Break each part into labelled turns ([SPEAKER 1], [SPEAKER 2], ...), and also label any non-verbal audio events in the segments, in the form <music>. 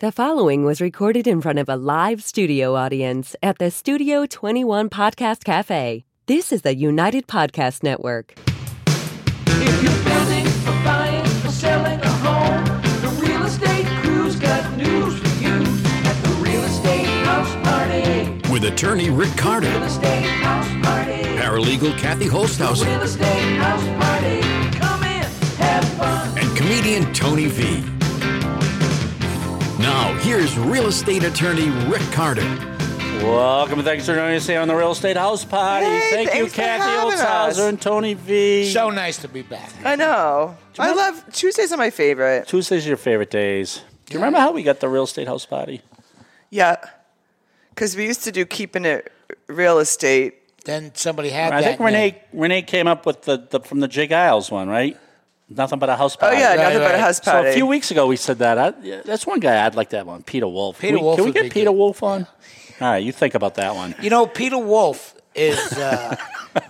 [SPEAKER 1] The following was recorded in front of a live studio audience at the Studio 21 Podcast Cafe. This is the United Podcast Network.
[SPEAKER 2] If you're building or buying or selling a home, the real estate crew's got news for you at the Real Estate House Party.
[SPEAKER 3] with attorney Rick
[SPEAKER 2] Real
[SPEAKER 3] Carter,
[SPEAKER 2] Estate House Party.
[SPEAKER 3] paralegal Kathy Holsthausen,
[SPEAKER 2] Real Estate House Party. Come in, have fun.
[SPEAKER 3] and comedian Tony V. Now, here's real estate attorney Rick Carter.
[SPEAKER 4] Welcome and thanks for joining us here on the Real Estate House Party.
[SPEAKER 5] Hey,
[SPEAKER 4] Thank you,
[SPEAKER 5] thanks for having
[SPEAKER 4] Kathy
[SPEAKER 5] us.
[SPEAKER 4] Olshauser and Tony V.
[SPEAKER 6] So nice to be back.
[SPEAKER 5] I know. I love Tuesdays are my favorite.
[SPEAKER 4] Tuesdays are your favorite days. Do you remember how we got the Real Estate House Party?
[SPEAKER 5] Yeah, because we used to do keeping it real estate.
[SPEAKER 6] Then somebody had
[SPEAKER 4] I
[SPEAKER 6] that.
[SPEAKER 4] think
[SPEAKER 6] name.
[SPEAKER 4] Renee Renee came up with the, the from the Jig Isles one, right? Nothing but a house
[SPEAKER 5] Oh
[SPEAKER 4] party.
[SPEAKER 5] yeah, nothing but a
[SPEAKER 6] right.
[SPEAKER 5] house
[SPEAKER 4] So
[SPEAKER 5] party.
[SPEAKER 4] a few weeks ago we said that. I, yeah, that's one guy I'd like to have on, Peter Wolf.
[SPEAKER 6] Peter
[SPEAKER 4] we,
[SPEAKER 6] Wolf
[SPEAKER 4] Can we
[SPEAKER 6] would
[SPEAKER 4] get
[SPEAKER 6] be
[SPEAKER 4] Peter
[SPEAKER 6] good.
[SPEAKER 4] Wolf on? All right, you think about that one.
[SPEAKER 6] You know, Peter Wolf is. Uh, <laughs>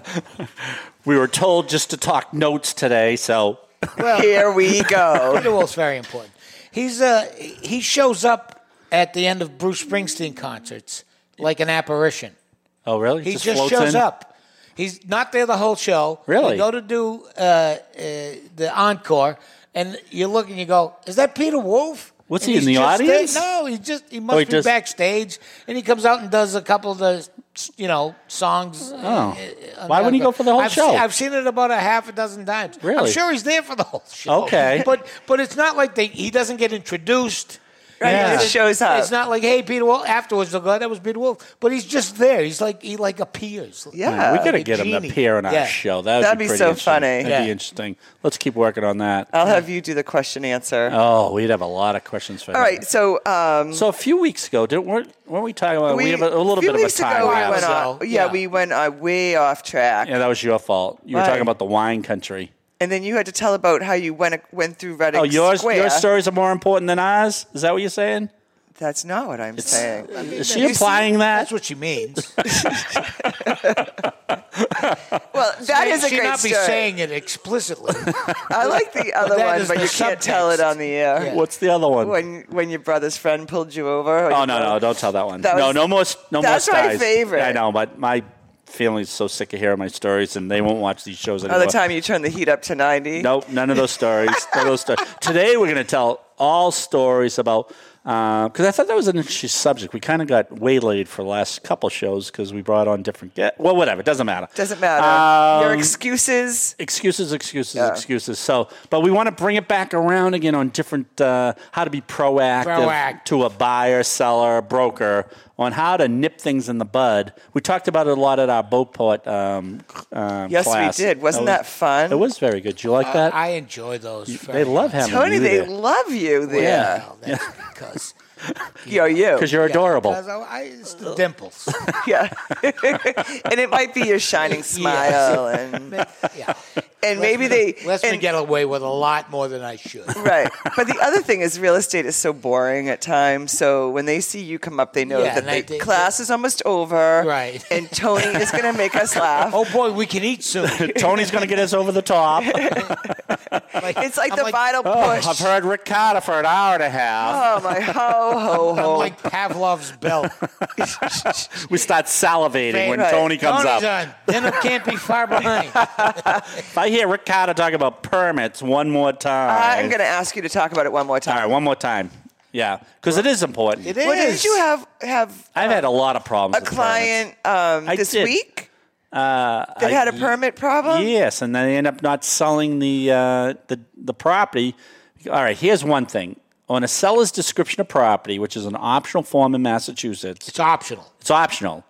[SPEAKER 4] We were told just to talk notes today, so
[SPEAKER 5] <laughs> Here
[SPEAKER 6] <laughs>
[SPEAKER 5] we go.
[SPEAKER 6] Peter Wolf's very important. He's uh, he shows up at the end of Bruce Springsteen concerts like an apparition.
[SPEAKER 4] oh really?
[SPEAKER 6] He just, shows up. He's not there the whole show.
[SPEAKER 4] Really?
[SPEAKER 6] You go to do uh, uh, the encore, and you look and you go, "Is that Peter Wolf?"
[SPEAKER 4] Was
[SPEAKER 6] And
[SPEAKER 4] he in
[SPEAKER 6] he's
[SPEAKER 4] the
[SPEAKER 6] just
[SPEAKER 4] audience? Oh,
[SPEAKER 6] there- No, he just he must
[SPEAKER 4] he
[SPEAKER 6] be
[SPEAKER 4] just-
[SPEAKER 6] backstage, and he comes out and does a couple of the you know songs. Oh.
[SPEAKER 4] Why wouldn't he go for the whole
[SPEAKER 6] I've
[SPEAKER 4] show?
[SPEAKER 6] Seen, I've seen it about a half a dozen times. I'm
[SPEAKER 4] Really?
[SPEAKER 6] sure he's there for the whole show.
[SPEAKER 4] Okay.
[SPEAKER 6] but but it's not like they, he doesn't get introduced.
[SPEAKER 5] Right,
[SPEAKER 4] Yeah.
[SPEAKER 5] he just shows
[SPEAKER 4] Uh,
[SPEAKER 5] up.
[SPEAKER 6] It's not like, hey, Peter Wolf. Afterwards, they'll go, that was Peter Wolf. But he's just there. He's like, he like appears.
[SPEAKER 5] yeah,
[SPEAKER 4] we gotta
[SPEAKER 6] the
[SPEAKER 4] get him to
[SPEAKER 6] genie.
[SPEAKER 4] appear on our
[SPEAKER 6] Yeah.
[SPEAKER 4] show. That would
[SPEAKER 5] That'd
[SPEAKER 4] be,
[SPEAKER 5] be
[SPEAKER 4] pretty
[SPEAKER 5] so
[SPEAKER 4] interesting.
[SPEAKER 5] funny.
[SPEAKER 4] That'd be
[SPEAKER 6] Yeah.
[SPEAKER 4] interesting. Let's keep working on that.
[SPEAKER 5] I'll have you do the question answer.
[SPEAKER 4] oh, we'd have a lot of questions for
[SPEAKER 5] All
[SPEAKER 4] him.
[SPEAKER 5] right, so um,
[SPEAKER 4] So a few weeks ago, didn't weren't, weren't we talking about? We, have a, a little
[SPEAKER 5] few
[SPEAKER 4] bit of a
[SPEAKER 5] weeks
[SPEAKER 4] time
[SPEAKER 5] ago we
[SPEAKER 4] lapse.
[SPEAKER 5] went
[SPEAKER 6] so,
[SPEAKER 5] on, yeah,
[SPEAKER 6] yeah.
[SPEAKER 5] we went uh, way off track,
[SPEAKER 4] Yeah, that was your fault. You were
[SPEAKER 5] Right.
[SPEAKER 4] talking about the wine country.
[SPEAKER 5] and then you had to tell about how you went went through Reading
[SPEAKER 4] Oh, yours,
[SPEAKER 5] Square.
[SPEAKER 4] your stories are more important than ours. Is that what you're saying?
[SPEAKER 5] That's not what I'm saying.
[SPEAKER 4] Is she
[SPEAKER 5] You see-
[SPEAKER 4] implying that?
[SPEAKER 6] That's what she
[SPEAKER 4] <laughs>
[SPEAKER 6] means.
[SPEAKER 5] Well, that is a
[SPEAKER 6] she
[SPEAKER 5] great
[SPEAKER 6] not
[SPEAKER 5] story.
[SPEAKER 6] be saying it explicitly.
[SPEAKER 5] I like
[SPEAKER 6] <laughs>
[SPEAKER 5] the other
[SPEAKER 6] that
[SPEAKER 5] one,
[SPEAKER 6] is
[SPEAKER 5] but
[SPEAKER 6] the
[SPEAKER 5] you can't tell it
[SPEAKER 6] subtext.
[SPEAKER 5] on the air.
[SPEAKER 6] Yeah.
[SPEAKER 4] What's the other one?
[SPEAKER 5] When when your brother's friend pulled you over. or
[SPEAKER 4] oh
[SPEAKER 5] your
[SPEAKER 4] no, no,
[SPEAKER 5] brother-
[SPEAKER 4] don't tell that one.
[SPEAKER 5] That
[SPEAKER 4] no,
[SPEAKER 5] was-
[SPEAKER 4] no more. s- No
[SPEAKER 5] that's
[SPEAKER 4] more
[SPEAKER 5] my
[SPEAKER 4] skies.
[SPEAKER 5] favorite.
[SPEAKER 4] I know, but my family's so sick of hearing my stories, and they won't watch these shows anymore.
[SPEAKER 5] Another time you turn the heat up to
[SPEAKER 4] <laughs>
[SPEAKER 5] ninety.
[SPEAKER 4] Nope, none of those stories. none of those stories. Today we're going to tell all stories about because I thought that was an interesting subject. We kind of got waylaid for the last couple shows because we brought on different guests. Well, whatever, doesn't matter.
[SPEAKER 5] Doesn't matter. your
[SPEAKER 4] Um,
[SPEAKER 5] excuses.
[SPEAKER 4] Excuses, excuses,
[SPEAKER 5] Yeah.
[SPEAKER 4] excuses. So, but we want to bring it back around again on different uh, how to be proactive,
[SPEAKER 6] Proact-
[SPEAKER 4] to a buyer, seller, broker on how to nip things in the bud. We talked about it a lot at our Beauport um, um,
[SPEAKER 5] Yes, we
[SPEAKER 4] class.
[SPEAKER 5] did. Wasn't that fun?
[SPEAKER 4] It was very good. You like <laughs> that?
[SPEAKER 6] I enjoy those. very
[SPEAKER 4] They love
[SPEAKER 6] much.
[SPEAKER 4] having
[SPEAKER 5] Tony,
[SPEAKER 4] you
[SPEAKER 5] they
[SPEAKER 4] there.
[SPEAKER 5] love you there.
[SPEAKER 6] Well, that's because
[SPEAKER 4] <laughs>
[SPEAKER 5] Yo, you.
[SPEAKER 4] Because you're <laughs> adorable.
[SPEAKER 6] Because I, I, it's the
[SPEAKER 4] <laughs>
[SPEAKER 6] dimples.
[SPEAKER 5] Yeah. <laughs> and it might be your
[SPEAKER 6] <laughs>
[SPEAKER 5] shining smile and
[SPEAKER 6] Yeah.
[SPEAKER 5] and maybe they
[SPEAKER 6] Let's
[SPEAKER 5] and,
[SPEAKER 6] me get away with a lot more than I
[SPEAKER 4] <laughs>
[SPEAKER 6] should.
[SPEAKER 5] <laughs> Right. But the other thing is real estate is so boring at times. So when they see you come up, they know
[SPEAKER 6] Yeah,
[SPEAKER 5] that
[SPEAKER 6] and I
[SPEAKER 5] the
[SPEAKER 6] think-
[SPEAKER 5] class is almost over.
[SPEAKER 6] Right.
[SPEAKER 5] And Tony is going to make
[SPEAKER 6] <laughs>
[SPEAKER 5] us laugh.
[SPEAKER 6] Oh boy, we can eat
[SPEAKER 4] <laughs>
[SPEAKER 6] soon.
[SPEAKER 4] Tony's going to get us over the
[SPEAKER 5] <laughs>
[SPEAKER 4] top. Oh,
[SPEAKER 6] Like, oh,
[SPEAKER 5] It's like
[SPEAKER 6] I'm
[SPEAKER 5] the vital push.
[SPEAKER 4] I've heard Rick Carter for an hour and a half.
[SPEAKER 5] Oh my ho ho
[SPEAKER 6] <laughs> I'm
[SPEAKER 4] Oh.
[SPEAKER 5] ho!
[SPEAKER 6] like Pavlov's
[SPEAKER 4] <laughs>
[SPEAKER 6] <laughs> bell.
[SPEAKER 4] We start salivating when
[SPEAKER 5] Right.
[SPEAKER 4] Tony comes
[SPEAKER 6] Tony's
[SPEAKER 4] up.
[SPEAKER 6] on. Dinner can't be far behind.
[SPEAKER 4] If I hear Rick Carter talk about permits one more time.
[SPEAKER 5] I'm going to ask you to talk about it one more time.
[SPEAKER 4] All right, one more time. Yeah, because it is important.
[SPEAKER 6] It is.
[SPEAKER 5] Well, did you have have
[SPEAKER 4] I've had a lot of problems
[SPEAKER 5] a
[SPEAKER 4] with
[SPEAKER 5] client um,
[SPEAKER 4] I
[SPEAKER 5] this
[SPEAKER 4] did. Uh,
[SPEAKER 5] week that had a permit problem?
[SPEAKER 4] permits. Yes, and then they end up not selling the, uh, the, the property. All right, here's one thing. On a seller's description of property, which is an optional form in Massachusetts,
[SPEAKER 6] It's optional.
[SPEAKER 4] it's optional,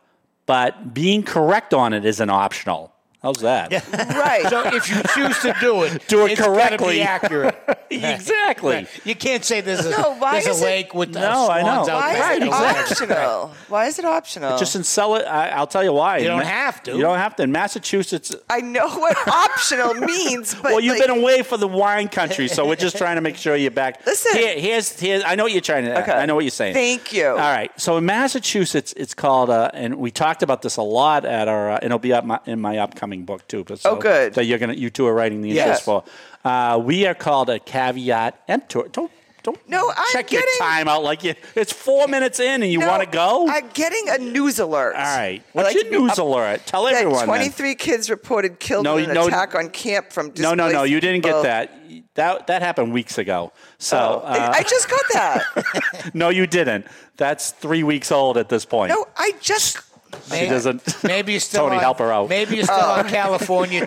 [SPEAKER 4] but being correct on it isn't optional. How's that?
[SPEAKER 5] <laughs> Right.
[SPEAKER 6] So if you choose to do it,
[SPEAKER 4] Do it
[SPEAKER 6] it's gotta
[SPEAKER 4] <laughs> correctly.
[SPEAKER 6] be accurate.
[SPEAKER 4] exactly.
[SPEAKER 6] You can't say there's a,
[SPEAKER 5] No, why
[SPEAKER 6] there's a
[SPEAKER 5] is it-
[SPEAKER 6] lake with uh,
[SPEAKER 4] No, I
[SPEAKER 6] swans
[SPEAKER 4] know.
[SPEAKER 6] out
[SPEAKER 5] Why is
[SPEAKER 6] there.
[SPEAKER 5] it
[SPEAKER 4] Right, exactly.
[SPEAKER 5] optional? Why is it optional?
[SPEAKER 4] Just in sell it. I, I'll tell you why. You
[SPEAKER 6] don't have to.
[SPEAKER 4] You don't have to. In Massachusetts,
[SPEAKER 5] I know what optional <laughs> means, but
[SPEAKER 4] well, you've
[SPEAKER 5] like,
[SPEAKER 4] been away for the wine country, so we're
[SPEAKER 5] <laughs>
[SPEAKER 4] just trying to make sure you're back.
[SPEAKER 5] Listen.
[SPEAKER 4] Here, here's here's. I know what you're trying to.
[SPEAKER 5] Okay.
[SPEAKER 4] I know what you're saying.
[SPEAKER 5] Thank you.
[SPEAKER 4] All right. So in Massachusetts, it's called, uh, and we talked about this a lot at our, uh, and it'll be up my, in my upcoming book too. But so,
[SPEAKER 5] Oh, good.
[SPEAKER 4] That you're gonna, you two are writing the
[SPEAKER 5] Yes.
[SPEAKER 4] interest for. Uh, we are called a caveat emptor. Don't Don't
[SPEAKER 5] No, I'm
[SPEAKER 4] check your
[SPEAKER 5] getting-
[SPEAKER 4] time out like you. It's four minutes in and you
[SPEAKER 5] No,
[SPEAKER 4] want to go.
[SPEAKER 5] I'm getting a news alert.
[SPEAKER 4] All right.
[SPEAKER 5] I'd
[SPEAKER 4] What's
[SPEAKER 5] like
[SPEAKER 4] your
[SPEAKER 5] to be
[SPEAKER 4] news
[SPEAKER 5] up-
[SPEAKER 4] alert? Tell
[SPEAKER 5] that
[SPEAKER 4] everyone. then.
[SPEAKER 5] 23 kids reported killed
[SPEAKER 4] No,
[SPEAKER 5] in an
[SPEAKER 4] no-
[SPEAKER 5] attack on camp from
[SPEAKER 4] No, no, no.
[SPEAKER 5] displaced
[SPEAKER 4] You didn't
[SPEAKER 5] people.
[SPEAKER 4] get that. That that happened weeks ago. So
[SPEAKER 5] I-
[SPEAKER 4] uh,
[SPEAKER 5] I just got that.
[SPEAKER 4] no, you didn't. That's three weeks old at this point.
[SPEAKER 5] no, I just.
[SPEAKER 4] she doesn't. <laughs>
[SPEAKER 5] <laughs>
[SPEAKER 6] Maybe you're still
[SPEAKER 4] Tony,
[SPEAKER 6] on,
[SPEAKER 4] help her out. Oh.
[SPEAKER 6] Maybe you're still on California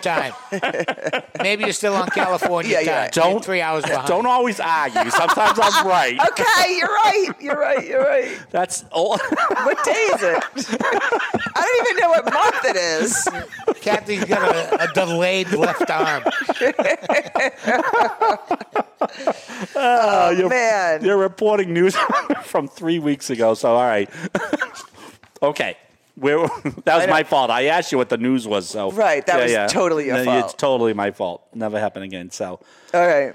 [SPEAKER 4] <laughs>
[SPEAKER 6] time. maybe you're still on California
[SPEAKER 5] Yeah,
[SPEAKER 6] time.
[SPEAKER 5] yeah.
[SPEAKER 6] You're
[SPEAKER 4] Don't-
[SPEAKER 6] three hours behind.
[SPEAKER 4] Don't always argue. Sometimes
[SPEAKER 5] <laughs>
[SPEAKER 4] I'm right.
[SPEAKER 5] Okay, you're right. You're right. You're right.
[SPEAKER 4] That's all. <laughs>
[SPEAKER 5] What day is it? <laughs> I don't even know what month it is.
[SPEAKER 6] Kathy's got a, a delayed left arm.
[SPEAKER 4] Oh, you're,
[SPEAKER 5] man.
[SPEAKER 4] You're reporting news <laughs> from three weeks ago. So all right. <laughs> okay. We're, <laughs> that was my fault. I asked you what the news was. So
[SPEAKER 5] Right, that was totally your
[SPEAKER 4] No,
[SPEAKER 5] fault.
[SPEAKER 4] It's totally my fault. Never happen again. So.
[SPEAKER 5] All right.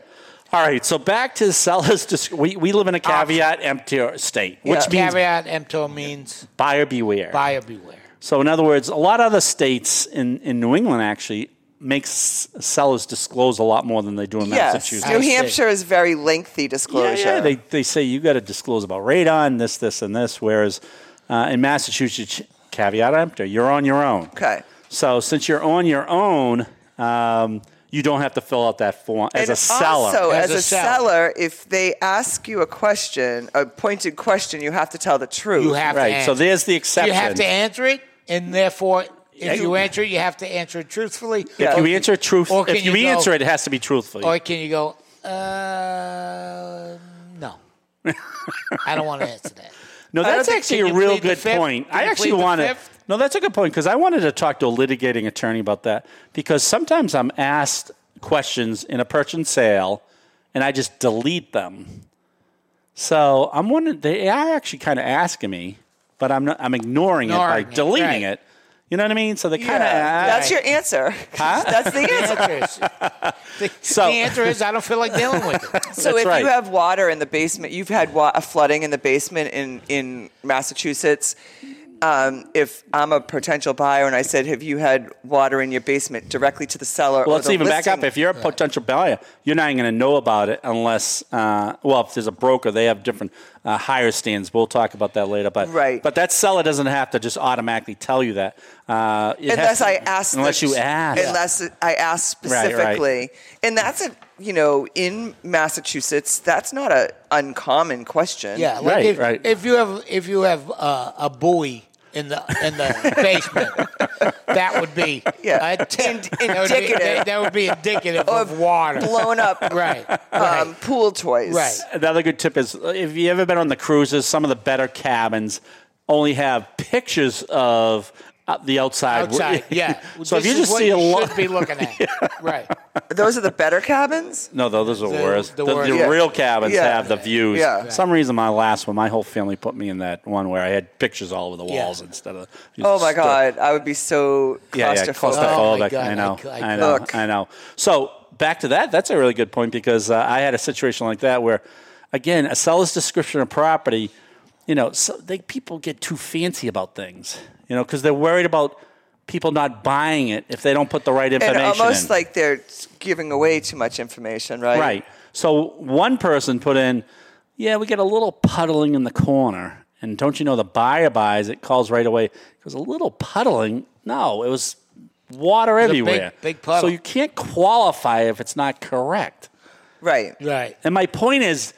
[SPEAKER 4] All right, so back to seller's <laughs> disc- we, we live in a caveat empty state, which
[SPEAKER 5] Ah. Yeah.
[SPEAKER 4] means
[SPEAKER 6] Caveat emptor means
[SPEAKER 4] buyer beware.
[SPEAKER 6] buyer beware.
[SPEAKER 4] So in other words, a lot of other states in, in New England actually makes sellers disclose a lot more than they do in
[SPEAKER 5] Yes.
[SPEAKER 4] Massachusetts.
[SPEAKER 5] New
[SPEAKER 6] see.
[SPEAKER 5] Hampshire is very lengthy
[SPEAKER 4] yeah,
[SPEAKER 5] disclosure.
[SPEAKER 4] yeah, they, they say you got to disclose about radon, this, this, and this, whereas uh, in Massachusetts, caveat emptor, you're on your own.
[SPEAKER 5] Okay.
[SPEAKER 4] So since you're on your own, um, you don't have to fill out that form as
[SPEAKER 5] and
[SPEAKER 4] a seller.
[SPEAKER 5] Also, as,
[SPEAKER 6] As
[SPEAKER 5] a
[SPEAKER 6] a
[SPEAKER 5] seller. if they ask you a question, a pointed question, you have to tell the truth.
[SPEAKER 6] You have to
[SPEAKER 4] right,
[SPEAKER 6] answer.
[SPEAKER 4] so there's the exception.
[SPEAKER 6] You have to answer it, and therefore, if you answer it, you have to answer it truthfully.
[SPEAKER 4] If
[SPEAKER 5] Yeah.
[SPEAKER 4] you answer it truth,
[SPEAKER 6] Or can
[SPEAKER 4] if you,
[SPEAKER 6] you go-
[SPEAKER 4] answer it, it has to be truthfully.
[SPEAKER 6] Or can you go, uh, no. I don't want to answer that.
[SPEAKER 4] no,
[SPEAKER 6] don't
[SPEAKER 4] that's
[SPEAKER 6] think-
[SPEAKER 4] actually
[SPEAKER 6] can
[SPEAKER 4] a
[SPEAKER 6] you
[SPEAKER 4] real
[SPEAKER 6] plead the
[SPEAKER 4] good
[SPEAKER 6] fifth?
[SPEAKER 4] point.
[SPEAKER 6] Can
[SPEAKER 4] I
[SPEAKER 6] you
[SPEAKER 4] actually
[SPEAKER 6] plead the
[SPEAKER 4] want to.
[SPEAKER 6] fifth?
[SPEAKER 4] No, that's a good point because I wanted to talk to a litigating attorney about that because sometimes I'm asked questions in a purchase and sale, and I just delete them. So I'm wondering they are actually kind of asking me, but I'm not, I'm ignoring, it
[SPEAKER 6] Ignoring
[SPEAKER 4] by
[SPEAKER 6] it,
[SPEAKER 4] deleting
[SPEAKER 6] right.
[SPEAKER 4] it. You know what I mean? So they kind
[SPEAKER 5] Yeah,
[SPEAKER 4] of ask.
[SPEAKER 5] that's your answer. That's <laughs> the
[SPEAKER 6] The
[SPEAKER 5] answer.
[SPEAKER 6] answer is, the,
[SPEAKER 4] So-
[SPEAKER 6] the answer is I don't feel like dealing with
[SPEAKER 4] <laughs>
[SPEAKER 6] it.
[SPEAKER 5] So
[SPEAKER 4] That's
[SPEAKER 5] if
[SPEAKER 4] right.
[SPEAKER 5] you have water in the basement, you've had wa- a flooding in the basement in in Massachusetts. Um, if I'm a potential buyer and I said, "Have you had water in your basement?" directly to the seller.
[SPEAKER 4] Well,
[SPEAKER 5] or
[SPEAKER 4] let's
[SPEAKER 5] the
[SPEAKER 4] even back up.
[SPEAKER 5] listing-
[SPEAKER 4] If you're a potential buyer, you're not going to know about it unless, uh, well, if there's a broker, they have different uh, higher stands. We'll talk about that later. But
[SPEAKER 5] Right.
[SPEAKER 4] but that seller doesn't have to just automatically tell you that. Uh, it has
[SPEAKER 5] unless
[SPEAKER 4] to-
[SPEAKER 5] I ask. the-
[SPEAKER 4] Unless you ask.
[SPEAKER 5] Unless I ask
[SPEAKER 4] Right, right.
[SPEAKER 5] specifically, and that's a you know in Massachusetts, that's not a uncommon question.
[SPEAKER 6] Yeah, like
[SPEAKER 4] Right,
[SPEAKER 6] if,
[SPEAKER 4] right.
[SPEAKER 6] if you have if you have uh, a buoy in the in the basement, that would be
[SPEAKER 4] <laughs>
[SPEAKER 5] Yeah.
[SPEAKER 6] a tip.
[SPEAKER 5] Ind-
[SPEAKER 6] that would be-
[SPEAKER 5] indicative.
[SPEAKER 6] that- that would be indicative of water.
[SPEAKER 5] blown up
[SPEAKER 6] <laughs> right. right.
[SPEAKER 5] um, pool toys.
[SPEAKER 6] Right.
[SPEAKER 4] Another good tip is uh, if you ever been on the cruises, some of the better cabins only have pictures of uh, the outside. <laughs>
[SPEAKER 6] Outside, yeah.
[SPEAKER 4] so if
[SPEAKER 6] This
[SPEAKER 4] you
[SPEAKER 6] is
[SPEAKER 4] just
[SPEAKER 6] what
[SPEAKER 4] see a
[SPEAKER 6] you
[SPEAKER 4] lot.
[SPEAKER 6] should be looking
[SPEAKER 4] <laughs>
[SPEAKER 6] at, right?
[SPEAKER 5] Those are the better cabins.
[SPEAKER 4] No, though those are
[SPEAKER 6] The-
[SPEAKER 4] worse. The,
[SPEAKER 6] the worst.
[SPEAKER 4] the
[SPEAKER 6] Yeah.
[SPEAKER 4] real cabins
[SPEAKER 5] Yeah.
[SPEAKER 4] have the views.
[SPEAKER 5] Yeah.
[SPEAKER 4] For Some reason my last one, my whole family put me in that one where I had pictures all over the
[SPEAKER 6] Yeah.
[SPEAKER 4] walls instead of.
[SPEAKER 5] Oh my God, I would be so
[SPEAKER 4] Yeah, yeah,
[SPEAKER 5] claustrophobic.
[SPEAKER 6] Oh my
[SPEAKER 4] claustrophobic.
[SPEAKER 6] God,
[SPEAKER 4] I know.
[SPEAKER 6] I c- I
[SPEAKER 4] I, know.
[SPEAKER 5] couldn't.
[SPEAKER 4] I know. So back to that. That's a really good point because uh, I had a situation like that where, again, a seller's description of property. You know, so they people get too fancy about things. You know, because they're worried about people not buying it if they don't put the right
[SPEAKER 5] and
[SPEAKER 4] information.
[SPEAKER 5] almost
[SPEAKER 4] in.
[SPEAKER 5] like they're giving away too much information, right?
[SPEAKER 4] Right. So one person put in, yeah, we get a little puddling in the corner. And don't you know the buyer buys it, calls right away. It was a little puddling. No, it was water
[SPEAKER 6] a big-
[SPEAKER 4] everywhere.
[SPEAKER 6] big puddle.
[SPEAKER 4] So you can't qualify if it's not correct.
[SPEAKER 5] Right.
[SPEAKER 6] Right.
[SPEAKER 4] And my point is,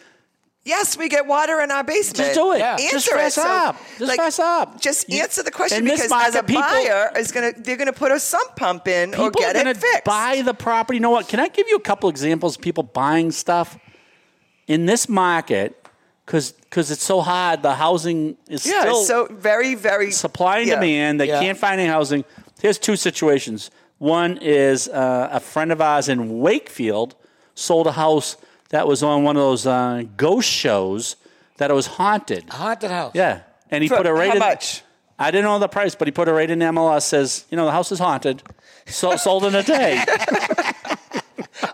[SPEAKER 5] Yes, we get water in our basement.
[SPEAKER 4] just do it.
[SPEAKER 6] Yeah.
[SPEAKER 5] Answer
[SPEAKER 4] Just
[SPEAKER 5] it,
[SPEAKER 4] fess
[SPEAKER 5] so,
[SPEAKER 4] up. Just
[SPEAKER 5] like,
[SPEAKER 4] fess up.
[SPEAKER 5] Just
[SPEAKER 4] You-
[SPEAKER 5] answer the question
[SPEAKER 4] in this
[SPEAKER 5] because as a
[SPEAKER 4] market, people-
[SPEAKER 5] buyer is gonna they're gonna put a sump pump in or
[SPEAKER 4] people
[SPEAKER 5] get
[SPEAKER 4] are going
[SPEAKER 5] it
[SPEAKER 4] to
[SPEAKER 5] fixed.
[SPEAKER 4] buy the property. You know what? Can I give you a couple examples of people buying stuff in this market? Because it's so hard. The housing is
[SPEAKER 5] yeah,
[SPEAKER 4] still
[SPEAKER 5] it's so very, very
[SPEAKER 4] supply and
[SPEAKER 5] yeah.
[SPEAKER 4] demand. They
[SPEAKER 6] Yeah.
[SPEAKER 4] can't find any housing. Here's two situations. One is uh, a friend of ours in Wakefield sold a house that was on one of those uh, ghost shows that it was haunted.
[SPEAKER 6] Haunted house.
[SPEAKER 4] Yeah, and he
[SPEAKER 5] Oh. For
[SPEAKER 4] put it right
[SPEAKER 5] how
[SPEAKER 4] in.
[SPEAKER 5] much?
[SPEAKER 4] I didn't know the price, but he put it right in MLS. Says you know the house is haunted. So sold in a
[SPEAKER 5] <laughs>
[SPEAKER 4] day.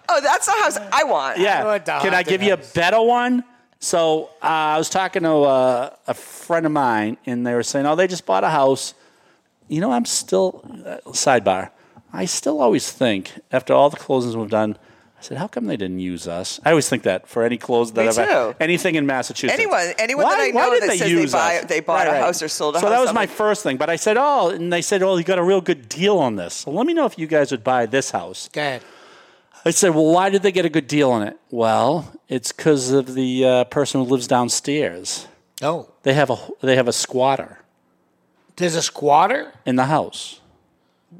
[SPEAKER 5] Oh, that's the house I want. <laughs>
[SPEAKER 6] Oh,
[SPEAKER 4] Yeah.
[SPEAKER 6] it's a
[SPEAKER 4] Can I
[SPEAKER 6] haunted
[SPEAKER 4] give you a
[SPEAKER 6] house.
[SPEAKER 4] better one? So uh, I was talking to uh, a friend of mine, and they were saying, "Oh, they just bought a house." You know, I'm still uh, sidebar. I still always think after all the closings we've done, I said, how come they didn't use us? I always think that for any clothes that
[SPEAKER 5] Me
[SPEAKER 4] I've
[SPEAKER 5] too.
[SPEAKER 4] anything in Massachusetts.
[SPEAKER 5] Anyone- anyone that I know
[SPEAKER 4] did
[SPEAKER 5] that says they
[SPEAKER 4] use
[SPEAKER 5] buy-
[SPEAKER 4] us?
[SPEAKER 5] they bought a house or sold a
[SPEAKER 4] so
[SPEAKER 5] house,
[SPEAKER 4] that was
[SPEAKER 5] I'm
[SPEAKER 4] my
[SPEAKER 5] like-
[SPEAKER 4] first thing. But I said, oh, and they said, oh, you got a real good deal on this. So let me know if you guys would buy this house.
[SPEAKER 6] Go ahead.
[SPEAKER 4] I said, well, why did they get a good deal on it? Well, it's because of the uh, person who lives downstairs.
[SPEAKER 6] Oh,
[SPEAKER 4] They have a they have a squatter
[SPEAKER 6] there's a squatter.
[SPEAKER 4] in the house.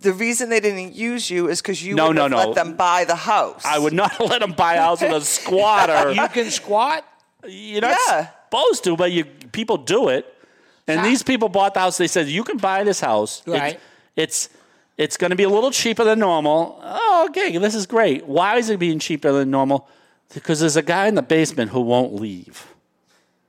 [SPEAKER 5] The reason they didn't use you is because you
[SPEAKER 4] No,
[SPEAKER 5] would
[SPEAKER 4] no,
[SPEAKER 5] have
[SPEAKER 4] no.
[SPEAKER 5] let them buy the house.
[SPEAKER 4] I would not <laughs> let them buy a house with a <laughs> squatter.
[SPEAKER 6] You can squat.
[SPEAKER 4] You're not
[SPEAKER 5] Yeah.
[SPEAKER 4] supposed to, but you people do it. And these people bought the house. They said you can buy this house. It's-
[SPEAKER 6] Right.
[SPEAKER 4] It's it's going to be a little cheaper than normal. Oh, okay, this is great. Why is it being cheaper than normal? Because there's a guy in the basement who won't leave.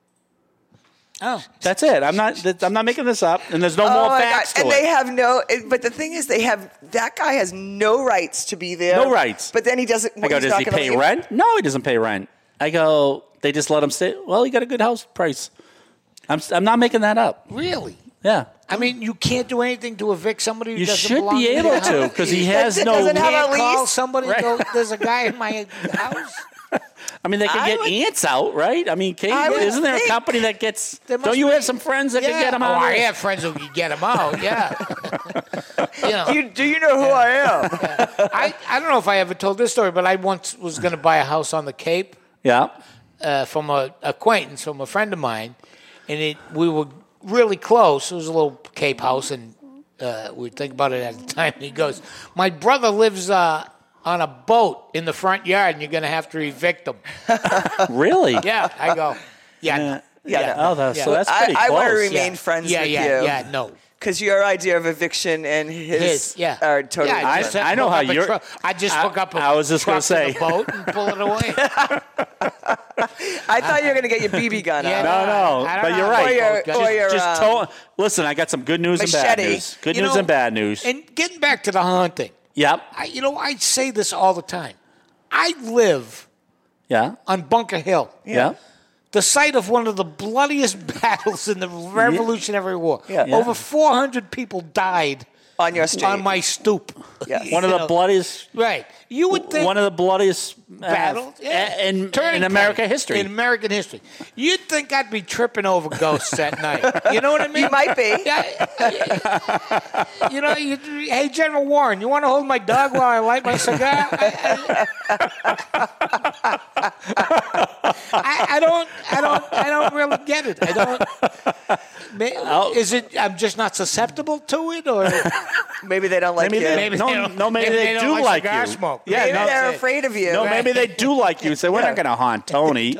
[SPEAKER 4] <laughs>
[SPEAKER 6] Oh,
[SPEAKER 4] That's it. I'm not. that- I'm not making this up. And there's no
[SPEAKER 5] Oh
[SPEAKER 4] more
[SPEAKER 5] my
[SPEAKER 4] facts
[SPEAKER 5] God.
[SPEAKER 4] to
[SPEAKER 5] and
[SPEAKER 4] it.
[SPEAKER 5] they have no. it- But the thing is, they have that guy has no rights to be there.
[SPEAKER 4] No rights.
[SPEAKER 5] But then he doesn't.
[SPEAKER 4] I go.
[SPEAKER 5] he's
[SPEAKER 4] Does
[SPEAKER 5] not
[SPEAKER 4] he
[SPEAKER 5] gonna
[SPEAKER 4] pay
[SPEAKER 5] leave.
[SPEAKER 4] rent? No, he doesn't pay rent. I go. They just let him stay. Well, he got a good house price. I'm. I'm not making that up.
[SPEAKER 6] really?
[SPEAKER 4] Yeah.
[SPEAKER 6] I mean, you can't do anything to evict somebody who
[SPEAKER 4] You
[SPEAKER 6] doesn't
[SPEAKER 4] should
[SPEAKER 6] belong
[SPEAKER 4] be
[SPEAKER 6] in your
[SPEAKER 4] able
[SPEAKER 6] house.
[SPEAKER 4] to because
[SPEAKER 6] <laughs>
[SPEAKER 4] he has
[SPEAKER 5] Doesn't-
[SPEAKER 4] no.
[SPEAKER 5] doesn't have
[SPEAKER 6] Can't
[SPEAKER 5] a
[SPEAKER 6] call
[SPEAKER 5] lease?
[SPEAKER 6] somebody. and Go, there's a guy in my
[SPEAKER 4] <laughs>
[SPEAKER 6] house.
[SPEAKER 4] I mean, they can
[SPEAKER 5] I
[SPEAKER 4] get
[SPEAKER 5] would-
[SPEAKER 4] ants out, right? I mean, can
[SPEAKER 5] I would
[SPEAKER 4] isn't there a
[SPEAKER 5] think-
[SPEAKER 4] company that gets?
[SPEAKER 6] <laughs> There
[SPEAKER 4] Don't
[SPEAKER 6] must
[SPEAKER 4] you
[SPEAKER 6] be-
[SPEAKER 4] have some friends that can get them
[SPEAKER 6] oh,
[SPEAKER 4] out? of
[SPEAKER 6] I
[SPEAKER 4] there?
[SPEAKER 6] have friends who can get them out. Yeah.
[SPEAKER 4] <laughs>
[SPEAKER 6] you know,
[SPEAKER 5] You, do you know who I am?
[SPEAKER 6] I, I don't know if I ever told this story, but I once was going to buy a house on the Cape <laughs>
[SPEAKER 4] Yeah.
[SPEAKER 6] uh, from a acquaintance, from a friend of mine, and it we were really close. It was a little Cape house, and uh, we think about it at the <laughs> time. And he goes, "My brother lives uh, on a boat in the front yard, and you're going to have to evict him."
[SPEAKER 4] Really?
[SPEAKER 6] Uh, Yeah,
[SPEAKER 5] <laughs>
[SPEAKER 6] I go,
[SPEAKER 4] Yeah.
[SPEAKER 6] yeah, no.
[SPEAKER 5] Yeah,
[SPEAKER 4] Oh, that's, so
[SPEAKER 6] Yeah.
[SPEAKER 4] that's
[SPEAKER 5] I,
[SPEAKER 4] pretty
[SPEAKER 5] I
[SPEAKER 4] close.
[SPEAKER 5] want to remain
[SPEAKER 6] Yeah.
[SPEAKER 5] uh, friends
[SPEAKER 6] yeah,
[SPEAKER 5] with
[SPEAKER 6] yeah,
[SPEAKER 5] you
[SPEAKER 6] yeah, no.
[SPEAKER 5] because your idea of eviction and his,
[SPEAKER 6] His, yeah.
[SPEAKER 5] are totally.
[SPEAKER 6] Yeah,
[SPEAKER 4] I-
[SPEAKER 5] different.
[SPEAKER 6] had to
[SPEAKER 4] I know
[SPEAKER 6] hook
[SPEAKER 4] how
[SPEAKER 6] up a
[SPEAKER 4] you're-
[SPEAKER 6] truck. I just
[SPEAKER 4] I-
[SPEAKER 6] hook up. a
[SPEAKER 4] I was just gonna
[SPEAKER 6] truck
[SPEAKER 4] say.
[SPEAKER 6] to the boat and pull it
[SPEAKER 4] <laughs>
[SPEAKER 6] away.
[SPEAKER 5] I thought you were going to get your BB gun out.
[SPEAKER 6] Yeah.
[SPEAKER 4] No, no,
[SPEAKER 6] I don't
[SPEAKER 4] but
[SPEAKER 6] know.
[SPEAKER 4] you're
[SPEAKER 6] Or
[SPEAKER 4] right.
[SPEAKER 5] your-
[SPEAKER 4] just
[SPEAKER 5] or your,
[SPEAKER 4] just
[SPEAKER 5] um,
[SPEAKER 4] to- listen. I got some good news and bad
[SPEAKER 5] machete.
[SPEAKER 4] news. Good
[SPEAKER 6] You
[SPEAKER 4] news
[SPEAKER 6] know,
[SPEAKER 4] and bad news.
[SPEAKER 6] And getting back to the haunting,
[SPEAKER 4] yep.
[SPEAKER 6] I, you know, I say this all the time. I live
[SPEAKER 4] Yeah.
[SPEAKER 6] on Bunker Hill,
[SPEAKER 4] Yeah.
[SPEAKER 6] the site of one of the bloodiest <laughs> battles in the Revolutionary War.
[SPEAKER 5] Yeah. Yeah.
[SPEAKER 6] Over 400 people died
[SPEAKER 5] On your street.
[SPEAKER 6] on my stoop.
[SPEAKER 5] Yes.
[SPEAKER 4] One of
[SPEAKER 6] You
[SPEAKER 4] the
[SPEAKER 6] know,
[SPEAKER 4] bloodiest.
[SPEAKER 6] Right. You would think
[SPEAKER 4] One of the bloodiest uh,
[SPEAKER 6] battle yeah.
[SPEAKER 4] in,
[SPEAKER 6] Turning
[SPEAKER 4] in America
[SPEAKER 6] point
[SPEAKER 4] history.
[SPEAKER 6] In American history, you'd think I'd be tripping over ghosts that night. You know what I mean?
[SPEAKER 5] <laughs> You might be.
[SPEAKER 6] Yeah. you know, you, hey General Warren, you want to hold my dog while I light my cigar? I, I, I, I don't, I don't, I don't really get it. I don't. Ma- Is it? I'm just not susceptible to it, or
[SPEAKER 5] Maybe they don't like
[SPEAKER 4] Maybe
[SPEAKER 5] you.
[SPEAKER 4] they- no,
[SPEAKER 6] they don't-
[SPEAKER 4] no, maybe they
[SPEAKER 6] don't
[SPEAKER 4] do like
[SPEAKER 6] cigar
[SPEAKER 4] you.
[SPEAKER 6] Smoke.
[SPEAKER 4] Yeah,
[SPEAKER 5] Maybe
[SPEAKER 4] no,
[SPEAKER 5] they're
[SPEAKER 4] they-
[SPEAKER 5] afraid of you.
[SPEAKER 4] no, maybe they do like you. Say we're not going to haunt
[SPEAKER 6] <laughs>
[SPEAKER 4] Tony.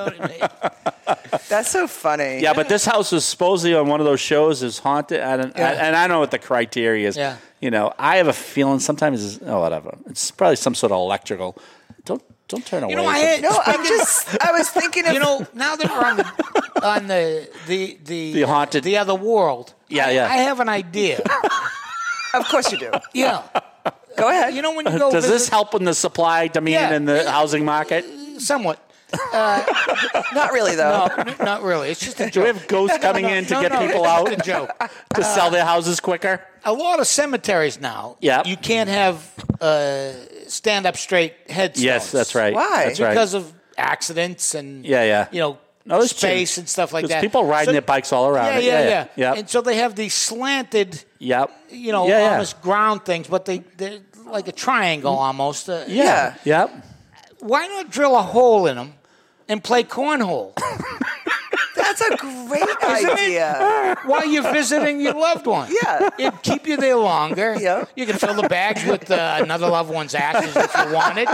[SPEAKER 5] That's so funny.
[SPEAKER 4] Yeah, but this house was supposedly on one of those shows is haunted. I don't, I,
[SPEAKER 6] Yeah.
[SPEAKER 4] and I know what the criteria is.
[SPEAKER 6] Yeah.
[SPEAKER 4] You know, I have a feeling sometimes it's, oh whatever. It's probably some sort of electrical. Don't don't turn away.
[SPEAKER 6] You know, I
[SPEAKER 4] from-
[SPEAKER 6] had
[SPEAKER 5] No, I'm just. I was thinking of.
[SPEAKER 6] you know, now that we're on the on the the the,
[SPEAKER 4] The haunted-
[SPEAKER 6] the other world.
[SPEAKER 4] Yeah,
[SPEAKER 6] I,
[SPEAKER 4] yeah.
[SPEAKER 6] I have an idea.
[SPEAKER 5] of course you do.
[SPEAKER 6] Yeah,
[SPEAKER 5] Go ahead.
[SPEAKER 6] you know when
[SPEAKER 4] <laughs>
[SPEAKER 6] you go
[SPEAKER 4] Does this
[SPEAKER 6] visit,
[SPEAKER 4] help in the supply demand
[SPEAKER 6] Yeah.
[SPEAKER 4] in the housing market?
[SPEAKER 6] somewhat?
[SPEAKER 5] Not really though.
[SPEAKER 6] No, n- not really. It's just a
[SPEAKER 4] Do we
[SPEAKER 6] joke.
[SPEAKER 4] have ghosts coming in to
[SPEAKER 6] <laughs> No,
[SPEAKER 4] get
[SPEAKER 6] no,
[SPEAKER 4] people
[SPEAKER 6] it's
[SPEAKER 4] out
[SPEAKER 6] just a joke.
[SPEAKER 4] <laughs> to sell their houses quicker?
[SPEAKER 6] A lot of cemeteries now.
[SPEAKER 4] Yep.
[SPEAKER 6] you can't have uh, stand up straight headstones.
[SPEAKER 4] Yes, that's right.
[SPEAKER 5] Why?
[SPEAKER 4] That's right.
[SPEAKER 6] Because of accidents and
[SPEAKER 4] Yeah, yeah.
[SPEAKER 6] you know
[SPEAKER 4] No, it's
[SPEAKER 6] space
[SPEAKER 4] true.
[SPEAKER 6] and stuff like
[SPEAKER 4] 'Cause
[SPEAKER 6] that.
[SPEAKER 4] people riding
[SPEAKER 6] So-
[SPEAKER 4] their bikes all around
[SPEAKER 6] Yeah,
[SPEAKER 4] it.
[SPEAKER 6] yeah,
[SPEAKER 4] Yeah,
[SPEAKER 6] yeah.
[SPEAKER 4] yeah. Yep.
[SPEAKER 6] And so they have these slanted.
[SPEAKER 4] Yep.
[SPEAKER 6] you know,
[SPEAKER 4] Yeah, yeah.
[SPEAKER 6] almost ground things, but they they're like a triangle almost. Uh,
[SPEAKER 4] Yeah. Yep.
[SPEAKER 6] Why not drill a hole in them and play cornhole
[SPEAKER 5] That's a great idea.
[SPEAKER 6] while you're visiting your loved one?
[SPEAKER 5] <laughs> Yeah.
[SPEAKER 6] it'd keep you there longer.
[SPEAKER 5] Yeah.
[SPEAKER 6] you can fill the bags with uh, another loved one's ashes if you wanted.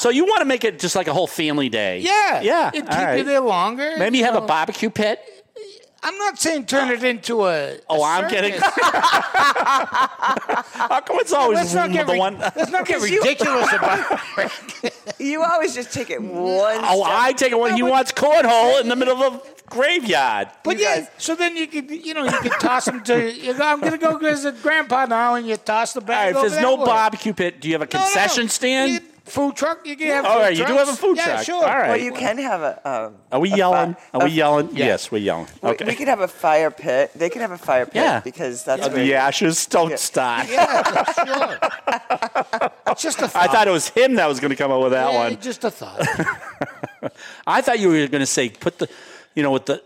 [SPEAKER 4] So you want to make it just like a whole family day?
[SPEAKER 6] Yeah,
[SPEAKER 4] Yeah.
[SPEAKER 6] it'd keep
[SPEAKER 4] all
[SPEAKER 6] you
[SPEAKER 4] right.
[SPEAKER 6] there longer.
[SPEAKER 4] Maybe you have a barbecue pit.
[SPEAKER 6] I'm not saying turn it into a.
[SPEAKER 4] Oh,
[SPEAKER 6] a
[SPEAKER 4] I'm
[SPEAKER 6] <laughs>
[SPEAKER 4] kidding.
[SPEAKER 6] circus.
[SPEAKER 4] How come it's always
[SPEAKER 6] Let's not get
[SPEAKER 4] the
[SPEAKER 6] ri-
[SPEAKER 4] one? <laughs>
[SPEAKER 6] Let's not get
[SPEAKER 5] 'Cause you-
[SPEAKER 6] ridiculous about.
[SPEAKER 5] You always just take it one.
[SPEAKER 4] Oh,
[SPEAKER 5] step.
[SPEAKER 4] I take it when he wants cornhole in the middle of a graveyard.
[SPEAKER 6] <laughs> But
[SPEAKER 5] You
[SPEAKER 6] yeah,
[SPEAKER 5] guys-
[SPEAKER 6] so then you could, you know, you could toss them to. You go, I'm gonna go visit Grandpa now, and you toss the
[SPEAKER 4] All right,
[SPEAKER 6] bag.
[SPEAKER 4] if
[SPEAKER 6] over
[SPEAKER 4] there's
[SPEAKER 6] that
[SPEAKER 4] no
[SPEAKER 6] way.
[SPEAKER 4] barbecue pit, do you have a
[SPEAKER 6] No, no, no.
[SPEAKER 4] concession stand?
[SPEAKER 6] You get food truck. You can have.
[SPEAKER 4] All
[SPEAKER 6] food
[SPEAKER 4] right, you do have a
[SPEAKER 6] trucks.
[SPEAKER 4] food
[SPEAKER 6] yeah,
[SPEAKER 4] truck.
[SPEAKER 6] Sure. <laughs>
[SPEAKER 4] All
[SPEAKER 5] Well,
[SPEAKER 4] right.
[SPEAKER 5] you can have a. Um,
[SPEAKER 4] Are we
[SPEAKER 5] a
[SPEAKER 4] yelling?
[SPEAKER 5] fi-
[SPEAKER 4] Are we
[SPEAKER 5] a-
[SPEAKER 4] yelling? Yes, we're yelling.
[SPEAKER 5] we-
[SPEAKER 4] Okay.
[SPEAKER 5] We could have a fire pit. They could have a fire pit
[SPEAKER 4] Yeah.
[SPEAKER 5] because that's
[SPEAKER 4] Uh,
[SPEAKER 5] where
[SPEAKER 4] the ashes don't start.
[SPEAKER 6] Yeah, sure. Just a
[SPEAKER 4] I
[SPEAKER 6] thought.
[SPEAKER 4] thought it was him that was going to come up with that
[SPEAKER 6] Yeah,
[SPEAKER 4] one.
[SPEAKER 6] Just a thought.
[SPEAKER 4] <laughs> I thought you were going to say put the, you know, with the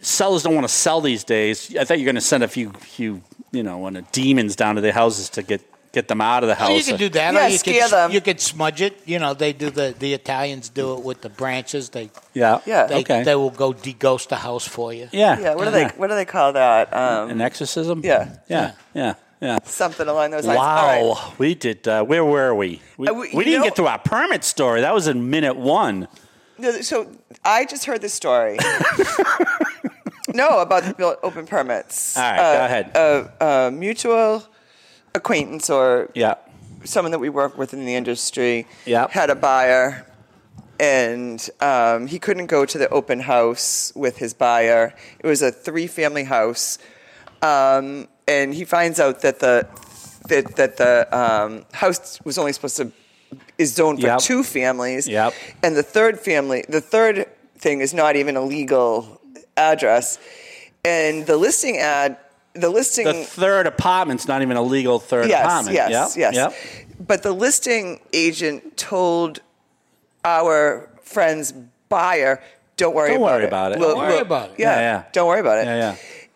[SPEAKER 4] sellers don't want to sell these days. I thought you were going to send a few, few, you know, on the demons down to their houses to get get them out of the house.
[SPEAKER 5] Oh,
[SPEAKER 6] Well, you can do that.
[SPEAKER 5] Yeah,
[SPEAKER 6] or you
[SPEAKER 5] scare
[SPEAKER 6] could,
[SPEAKER 5] them.
[SPEAKER 6] You could smudge it. You know, they do the the Italians do it with the branches. They
[SPEAKER 4] Yeah.
[SPEAKER 5] Yeah.
[SPEAKER 6] they,
[SPEAKER 4] okay.
[SPEAKER 6] they will go deghost the house for you.
[SPEAKER 4] yeah.
[SPEAKER 5] Yeah, what do they what do they call that? Um,
[SPEAKER 4] An exorcism.
[SPEAKER 5] Yeah.
[SPEAKER 4] Yeah. Yeah. Yeah.
[SPEAKER 5] something along those lines. All right.
[SPEAKER 4] Wow, we did. Uh, where were we? We,
[SPEAKER 5] Uh, we-
[SPEAKER 4] we
[SPEAKER 5] you
[SPEAKER 4] didn't
[SPEAKER 5] know-
[SPEAKER 4] get to our permit story. That was in minute one.
[SPEAKER 5] No, So I just heard this story.
[SPEAKER 4] <laughs>
[SPEAKER 5] no, about the bill- open permits.
[SPEAKER 4] All right, go ahead.
[SPEAKER 5] A, a mutual acquaintance or
[SPEAKER 4] Yeah.
[SPEAKER 5] someone that we work with in the industry
[SPEAKER 4] Yep.
[SPEAKER 5] had a buyer, and um, he couldn't go to the open house with his buyer. It was a three-family house, um, and he finds out that the that that the um, house was only supposed to is zoned for
[SPEAKER 4] Yep.
[SPEAKER 5] two families.
[SPEAKER 4] Yep.
[SPEAKER 5] And the third family, the third thing is not even a legal address. And the listing ad, the listing.
[SPEAKER 4] The third apartment's not even a legal third
[SPEAKER 5] Mm. yes,
[SPEAKER 4] apartment.
[SPEAKER 5] yes,
[SPEAKER 4] Yep,
[SPEAKER 5] yes.
[SPEAKER 4] Yep.
[SPEAKER 5] But the listing agent told our friend's buyer, don't worry
[SPEAKER 4] Don't
[SPEAKER 5] about
[SPEAKER 4] worry
[SPEAKER 5] it.
[SPEAKER 4] about it.
[SPEAKER 5] We'll-
[SPEAKER 4] Don't worry
[SPEAKER 5] we'll-
[SPEAKER 6] about it.
[SPEAKER 5] Yeah,
[SPEAKER 4] Yeah, yeah.
[SPEAKER 5] Don't worry about it.
[SPEAKER 4] Yeah, yeah.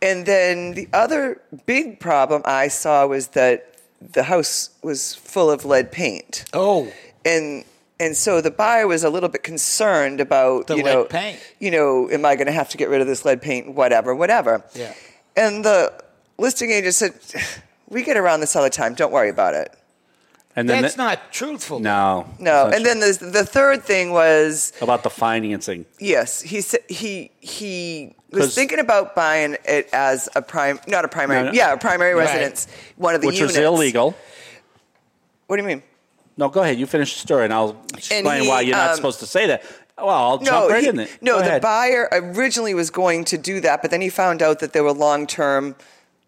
[SPEAKER 5] And then the other big problem I saw was that the house was full of lead paint
[SPEAKER 6] Oh,
[SPEAKER 5] and and so the buyer was a little bit concerned about
[SPEAKER 6] The
[SPEAKER 5] you
[SPEAKER 6] lead
[SPEAKER 5] know
[SPEAKER 6] paint.
[SPEAKER 5] you know am I going to have to get rid of this lead paint whatever whatever
[SPEAKER 6] Yeah.
[SPEAKER 5] and the listing agent said we get around this all the time don't worry about it
[SPEAKER 4] And then
[SPEAKER 6] that's
[SPEAKER 4] the-
[SPEAKER 6] not truthful.
[SPEAKER 4] no
[SPEAKER 5] no
[SPEAKER 4] That's
[SPEAKER 5] and then the the third thing was
[SPEAKER 4] about the financing.
[SPEAKER 5] yes he said he he
[SPEAKER 4] 'Cause-
[SPEAKER 5] was thinking about buying it as a prime not a primary
[SPEAKER 4] No, no.
[SPEAKER 5] yeah a primary
[SPEAKER 6] Right.
[SPEAKER 5] residence one of the
[SPEAKER 4] which
[SPEAKER 5] units
[SPEAKER 4] was illegal.
[SPEAKER 5] what do you mean
[SPEAKER 4] No, go ahead. You finish the story, and I'll explain
[SPEAKER 5] he,
[SPEAKER 4] why you're not
[SPEAKER 5] um,
[SPEAKER 4] supposed to say that. Well, I'll
[SPEAKER 5] no,
[SPEAKER 4] jump right
[SPEAKER 5] he-
[SPEAKER 4] in. There.
[SPEAKER 5] no,
[SPEAKER 4] Go
[SPEAKER 5] the
[SPEAKER 4] ahead.
[SPEAKER 5] buyer originally was going to do that, but then he found out that there were long-term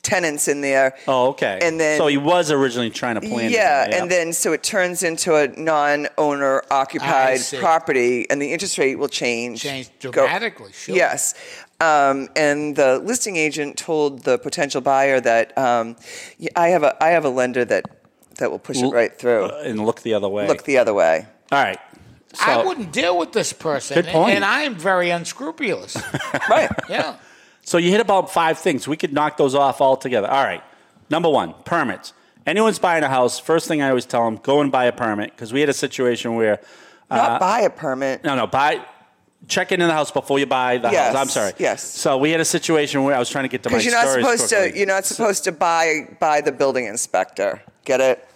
[SPEAKER 5] tenants in there.
[SPEAKER 4] Oh, okay.
[SPEAKER 5] And then
[SPEAKER 4] so he was originally trying to plan. it.
[SPEAKER 5] yeah, and then so it turns into a non-owner
[SPEAKER 6] I
[SPEAKER 5] occupied
[SPEAKER 6] see.
[SPEAKER 5] property, and the interest rate will change.
[SPEAKER 6] Change
[SPEAKER 5] Go-
[SPEAKER 6] dramatically, sure.
[SPEAKER 5] Yes, um, and the listing agent told the potential buyer that um, y- I have a I have a lender that that will push it right through.
[SPEAKER 4] Uh, and look the other way.
[SPEAKER 5] Look the other way.
[SPEAKER 4] All right. So,
[SPEAKER 6] I wouldn't deal with this person.
[SPEAKER 4] Good point.
[SPEAKER 6] And I am very
[SPEAKER 4] <laughs>
[SPEAKER 6] unscrupulous.
[SPEAKER 5] Right.
[SPEAKER 6] yeah.
[SPEAKER 4] So you hit about five things. We could knock those off altogether. All right. Number one, permits. Anyone's buying a house, first thing I always tell them, go and buy a permit because we had a situation where
[SPEAKER 5] Not buy a permit.
[SPEAKER 4] Uh-huh. No, no. Buy. Check in the house before you buy the
[SPEAKER 5] Yes,
[SPEAKER 4] house. I'm sorry.
[SPEAKER 5] yes.
[SPEAKER 4] So we had a situation where I was trying to get to my
[SPEAKER 5] Because you're not
[SPEAKER 4] stories
[SPEAKER 5] supposed to,
[SPEAKER 4] quickly.
[SPEAKER 5] you're not supposed to buy buy the building inspector. Get it?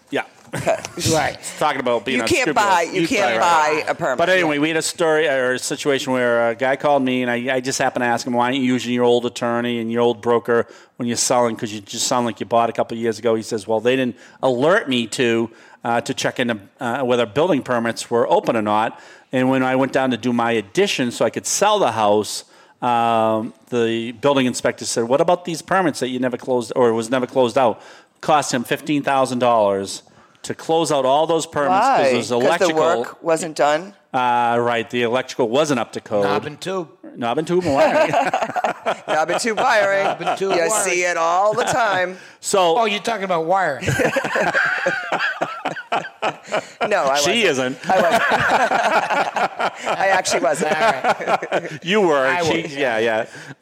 [SPEAKER 5] <laughs>
[SPEAKER 4] Yeah.
[SPEAKER 6] Right.
[SPEAKER 4] Talking about being
[SPEAKER 5] You can't
[SPEAKER 4] unscrupulous.
[SPEAKER 5] buy. You
[SPEAKER 4] right,
[SPEAKER 5] can't
[SPEAKER 4] right.
[SPEAKER 5] buy a permit.
[SPEAKER 4] But anyway, we had a story or a situation where a guy called me, and I, I just happened to ask him, "Why aren't you using your old attorney and your old broker when you're selling? Because you just sound like you bought a couple of years ago." He says, "Well, they didn't alert me to uh, to check into uh, whether building permits were open or not." And when I went down to do my addition, so I could sell the house. Um, the building inspector said, "What about these permits that you never closed or was never closed out? Cost him fifteen thousand dollars to close out all those permits
[SPEAKER 5] Why?
[SPEAKER 4] because there's
[SPEAKER 5] Because
[SPEAKER 4] electrical.
[SPEAKER 5] the work wasn't done.
[SPEAKER 4] Uh, right, the electrical wasn't up to code.
[SPEAKER 6] Knob and tube.
[SPEAKER 4] Knob and tube and wiring.
[SPEAKER 5] I've been too wiring.
[SPEAKER 6] and tube
[SPEAKER 5] you
[SPEAKER 6] wiring.
[SPEAKER 5] see it all the time.
[SPEAKER 4] so
[SPEAKER 6] Oh, you're talking about wiring.
[SPEAKER 5] No, I
[SPEAKER 4] she
[SPEAKER 5] wasn't.
[SPEAKER 4] isn't.
[SPEAKER 5] <laughs> I actually wasn't.
[SPEAKER 6] All right.
[SPEAKER 4] You were.
[SPEAKER 6] I
[SPEAKER 4] she,
[SPEAKER 6] was,
[SPEAKER 4] yeah,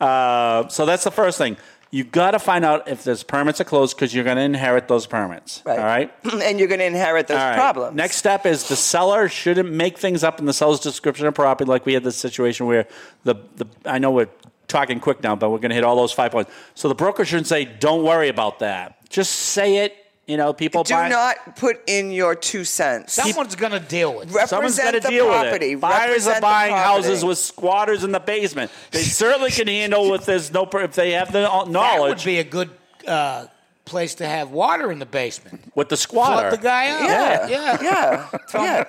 [SPEAKER 4] yeah. Uh, so that's the first thing. You got to find out if those permits are closed because you're going to inherit those permits. All right.
[SPEAKER 5] and you're going to inherit those
[SPEAKER 4] All right.
[SPEAKER 5] Mm, problems.
[SPEAKER 4] Next step is the seller shouldn't make things up in the seller's description of property, like we had this situation where the, the I know we're talking quick now, but we're going to hit all those five points. So the broker shouldn't say, "Don't worry about that." Just say it. You know, people
[SPEAKER 5] do
[SPEAKER 4] buy-
[SPEAKER 5] not put in your two cents.
[SPEAKER 6] Someone's going to deal with it.
[SPEAKER 4] Someone's got to
[SPEAKER 5] Represent the
[SPEAKER 4] deal
[SPEAKER 5] property.
[SPEAKER 4] with it. Buyers
[SPEAKER 5] Represent
[SPEAKER 4] are
[SPEAKER 5] the
[SPEAKER 4] buying
[SPEAKER 5] property.
[SPEAKER 4] houses with squatters in the basement. They certainly can handle with this. No, per- if they have the
[SPEAKER 6] That would
[SPEAKER 4] knowledge
[SPEAKER 6] be a good uh, place to have water in the basement.
[SPEAKER 4] with the
[SPEAKER 6] Flood
[SPEAKER 4] squatter.
[SPEAKER 6] the guy
[SPEAKER 5] Yeah.
[SPEAKER 6] out. Yeah.
[SPEAKER 5] <laughs> Yeah. yeah.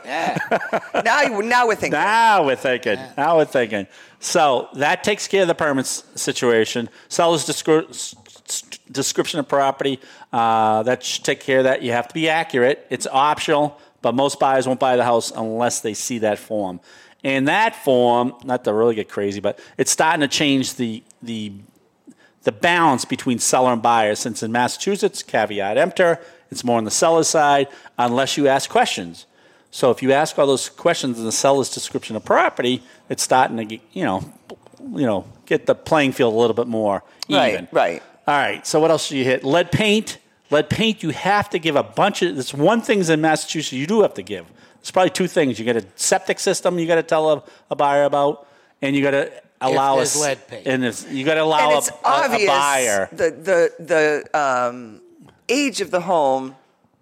[SPEAKER 6] Yeah.
[SPEAKER 5] Now, you- now we're thinking.
[SPEAKER 4] Now we're thinking. Now we're thinking. So that takes care of the permits situation. Seller's descri- s- s- description of property. Uh, that should take care of that. You have to be accurate. It's optional, but most buyers won't buy the house unless they see that form. And that form, not to really get crazy, but it's starting to change the the the balance between seller and buyer. Since in Massachusetts, caveat emptor, It's more on the seller's side, unless you ask questions. So if you ask all those questions in the seller's description of property, it's starting to get, you know, you know, get the playing field a little bit more
[SPEAKER 5] Right,
[SPEAKER 4] even.
[SPEAKER 5] right.
[SPEAKER 4] All right. So what else do you hit? Lead paint. Lead paint. You have to give a bunch of. It's one things in Massachusetts you do have to give. It's probably two things. You got a septic system. You got to tell a, a buyer about, and you got to allow
[SPEAKER 6] there's
[SPEAKER 4] us.
[SPEAKER 6] lead paint.
[SPEAKER 4] And it's, you got to allow a,
[SPEAKER 5] and it's
[SPEAKER 4] a- a
[SPEAKER 5] obvious
[SPEAKER 4] buyer.
[SPEAKER 5] the the the um, age of the home.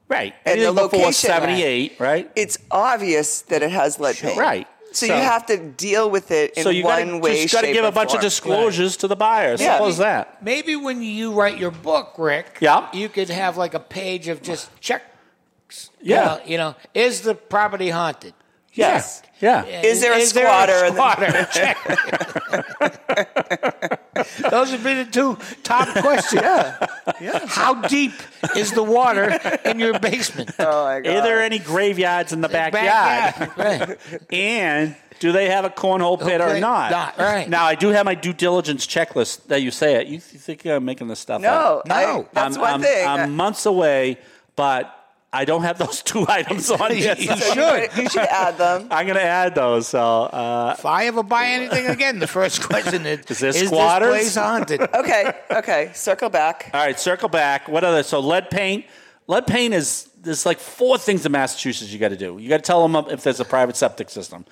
[SPEAKER 4] Right.
[SPEAKER 5] and the
[SPEAKER 4] Anything before
[SPEAKER 5] location.
[SPEAKER 4] seventy eight. Right.
[SPEAKER 5] It's obvious that it has lead paint.
[SPEAKER 4] Right.
[SPEAKER 5] So,
[SPEAKER 4] So-
[SPEAKER 5] you have to deal with it in
[SPEAKER 4] so you
[SPEAKER 5] one
[SPEAKER 4] gotta,
[SPEAKER 5] way.
[SPEAKER 4] just got to
[SPEAKER 5] shape,
[SPEAKER 4] give a
[SPEAKER 5] or
[SPEAKER 4] bunch
[SPEAKER 5] form.
[SPEAKER 4] of disclosures to the buyer.
[SPEAKER 5] Yeah.
[SPEAKER 4] Simple as that.
[SPEAKER 6] Maybe when you write your book, Rick,
[SPEAKER 4] Yeah.
[SPEAKER 6] you could have like a page of just check.
[SPEAKER 4] Yeah.
[SPEAKER 6] You know, you know, is the property haunted?
[SPEAKER 5] Yes.
[SPEAKER 4] Yeah.
[SPEAKER 5] Is there a squatter in the-
[SPEAKER 6] squatter? Check. <laughs> Those would be the two top questions. Yeah. How deep is the water in your basement?
[SPEAKER 5] Oh my god!
[SPEAKER 4] Are there any graveyards in the backyard?
[SPEAKER 6] Backyard. Right.
[SPEAKER 4] and do they have a cornhole pit or
[SPEAKER 6] Okay,
[SPEAKER 4] not?
[SPEAKER 6] not, right.
[SPEAKER 4] Now I do have my due diligence checklist that you say it. You th- think I'm making this stuff
[SPEAKER 5] No,
[SPEAKER 4] up?
[SPEAKER 5] I- No. that's
[SPEAKER 4] I'm,
[SPEAKER 5] one
[SPEAKER 4] I'm-
[SPEAKER 5] thing.
[SPEAKER 4] I'm months away, but I don't have those <laughs> two items on yet.
[SPEAKER 5] <laughs>
[SPEAKER 6] You
[SPEAKER 5] So you
[SPEAKER 6] should.
[SPEAKER 5] should- You should add them.
[SPEAKER 4] I'm going to add those. So uh,
[SPEAKER 6] If I ever buy anything again, the first question is:
[SPEAKER 4] Is there
[SPEAKER 6] this
[SPEAKER 4] squatters?"
[SPEAKER 6] place haunted?
[SPEAKER 5] Okay. Okay. Circle back.
[SPEAKER 4] all right, circle back. What other? So lead paint. Lead paint is there's like four things in Massachusetts you got to do. You got to tell them if there's a private septic system.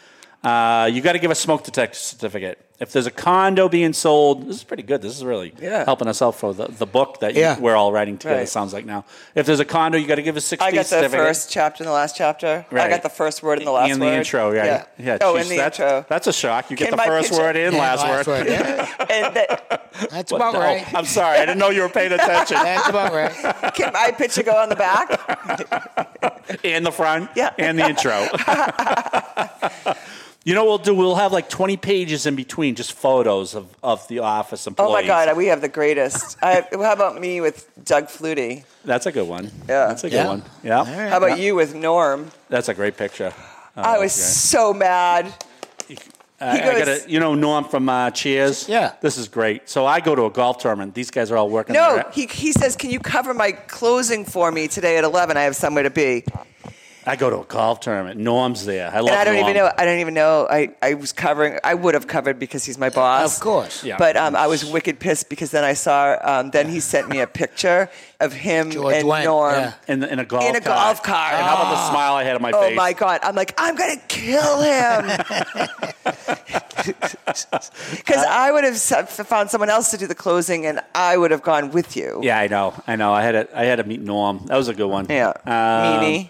[SPEAKER 4] Uh, you got to give a smoke detector certificate. If there's a condo being sold, this is pretty good. This is really
[SPEAKER 5] Yeah.
[SPEAKER 4] helping us out for the, the book that you,
[SPEAKER 6] Yeah.
[SPEAKER 4] we're all writing together.
[SPEAKER 5] Right.
[SPEAKER 4] Sounds like now. If there's a condo, you got to give a 60
[SPEAKER 5] I got the
[SPEAKER 4] certificate.
[SPEAKER 5] first chapter and the last chapter. I
[SPEAKER 4] Right.
[SPEAKER 5] got the first word and the last
[SPEAKER 4] in
[SPEAKER 5] word.
[SPEAKER 4] the intro, right? Yeah,
[SPEAKER 5] oh,
[SPEAKER 4] geez,
[SPEAKER 5] in the
[SPEAKER 4] that's,
[SPEAKER 5] intro.
[SPEAKER 4] That's a shock. You get
[SPEAKER 5] In
[SPEAKER 4] the
[SPEAKER 5] my
[SPEAKER 4] first
[SPEAKER 5] picture.
[SPEAKER 4] word and
[SPEAKER 6] Yeah,
[SPEAKER 4] last, <laughs> word.
[SPEAKER 6] Yeah,
[SPEAKER 5] and that,
[SPEAKER 6] that's about
[SPEAKER 4] Oh,
[SPEAKER 6] right.
[SPEAKER 4] I'm sorry. I didn't know you were paying attention.
[SPEAKER 6] That's about right.
[SPEAKER 5] can my picture go on
[SPEAKER 4] <laughs>
[SPEAKER 5] the back?
[SPEAKER 4] and the front
[SPEAKER 5] Yeah.
[SPEAKER 4] and the
[SPEAKER 5] <laughs>
[SPEAKER 4] intro. you know what we'll do? We'll have like 20 pages in between, just photos of, of the office employees.
[SPEAKER 5] Oh my God, we have the greatest. I, how about me with Doug Flutie?
[SPEAKER 4] That's a good one.
[SPEAKER 5] Yeah.
[SPEAKER 4] That's a good
[SPEAKER 6] Yeah.
[SPEAKER 4] one. Yeah.
[SPEAKER 6] right.
[SPEAKER 5] How about you with Norm?
[SPEAKER 4] That's a great picture. Uh,
[SPEAKER 5] Oh, I was
[SPEAKER 4] okay. uh,
[SPEAKER 5] so mad.
[SPEAKER 4] I,
[SPEAKER 5] he
[SPEAKER 4] I
[SPEAKER 5] goes-
[SPEAKER 4] gotta, you know, Norm from uh, Cheers.
[SPEAKER 6] Yeah.
[SPEAKER 4] This is great. So I go to a golf tournament. These guys are all working.
[SPEAKER 5] No,
[SPEAKER 4] their-
[SPEAKER 5] he, he says, Can you cover my closing for me today at 11? I have somewhere to be.
[SPEAKER 4] I go to a golf tournament. Norm's there. I love.
[SPEAKER 5] And I don't even
[SPEAKER 4] Norm.
[SPEAKER 5] know. I don't even know. I, I was covering. I would have covered because he's my boss.
[SPEAKER 6] Of course.
[SPEAKER 4] Yeah.
[SPEAKER 5] But um, I was wicked pissed because then I saw. Um, then he sent me a picture of him
[SPEAKER 6] George
[SPEAKER 5] and
[SPEAKER 6] Wendt,
[SPEAKER 5] Norm.
[SPEAKER 6] yeah.
[SPEAKER 4] In, in a golf
[SPEAKER 5] In a golf cart.
[SPEAKER 4] And how about the smile I had on my
[SPEAKER 5] Oh
[SPEAKER 4] face?
[SPEAKER 5] my god! I'm like, I'm gonna
[SPEAKER 4] <laughs>
[SPEAKER 5] kill him because
[SPEAKER 4] Uh,
[SPEAKER 5] I would have s- found someone else to do the closing, and I would have gone with you.
[SPEAKER 4] Yeah, I know. I know. I had a, I had to meet Norm. That was a good one.
[SPEAKER 5] yeah.
[SPEAKER 4] Um,
[SPEAKER 5] Meanie.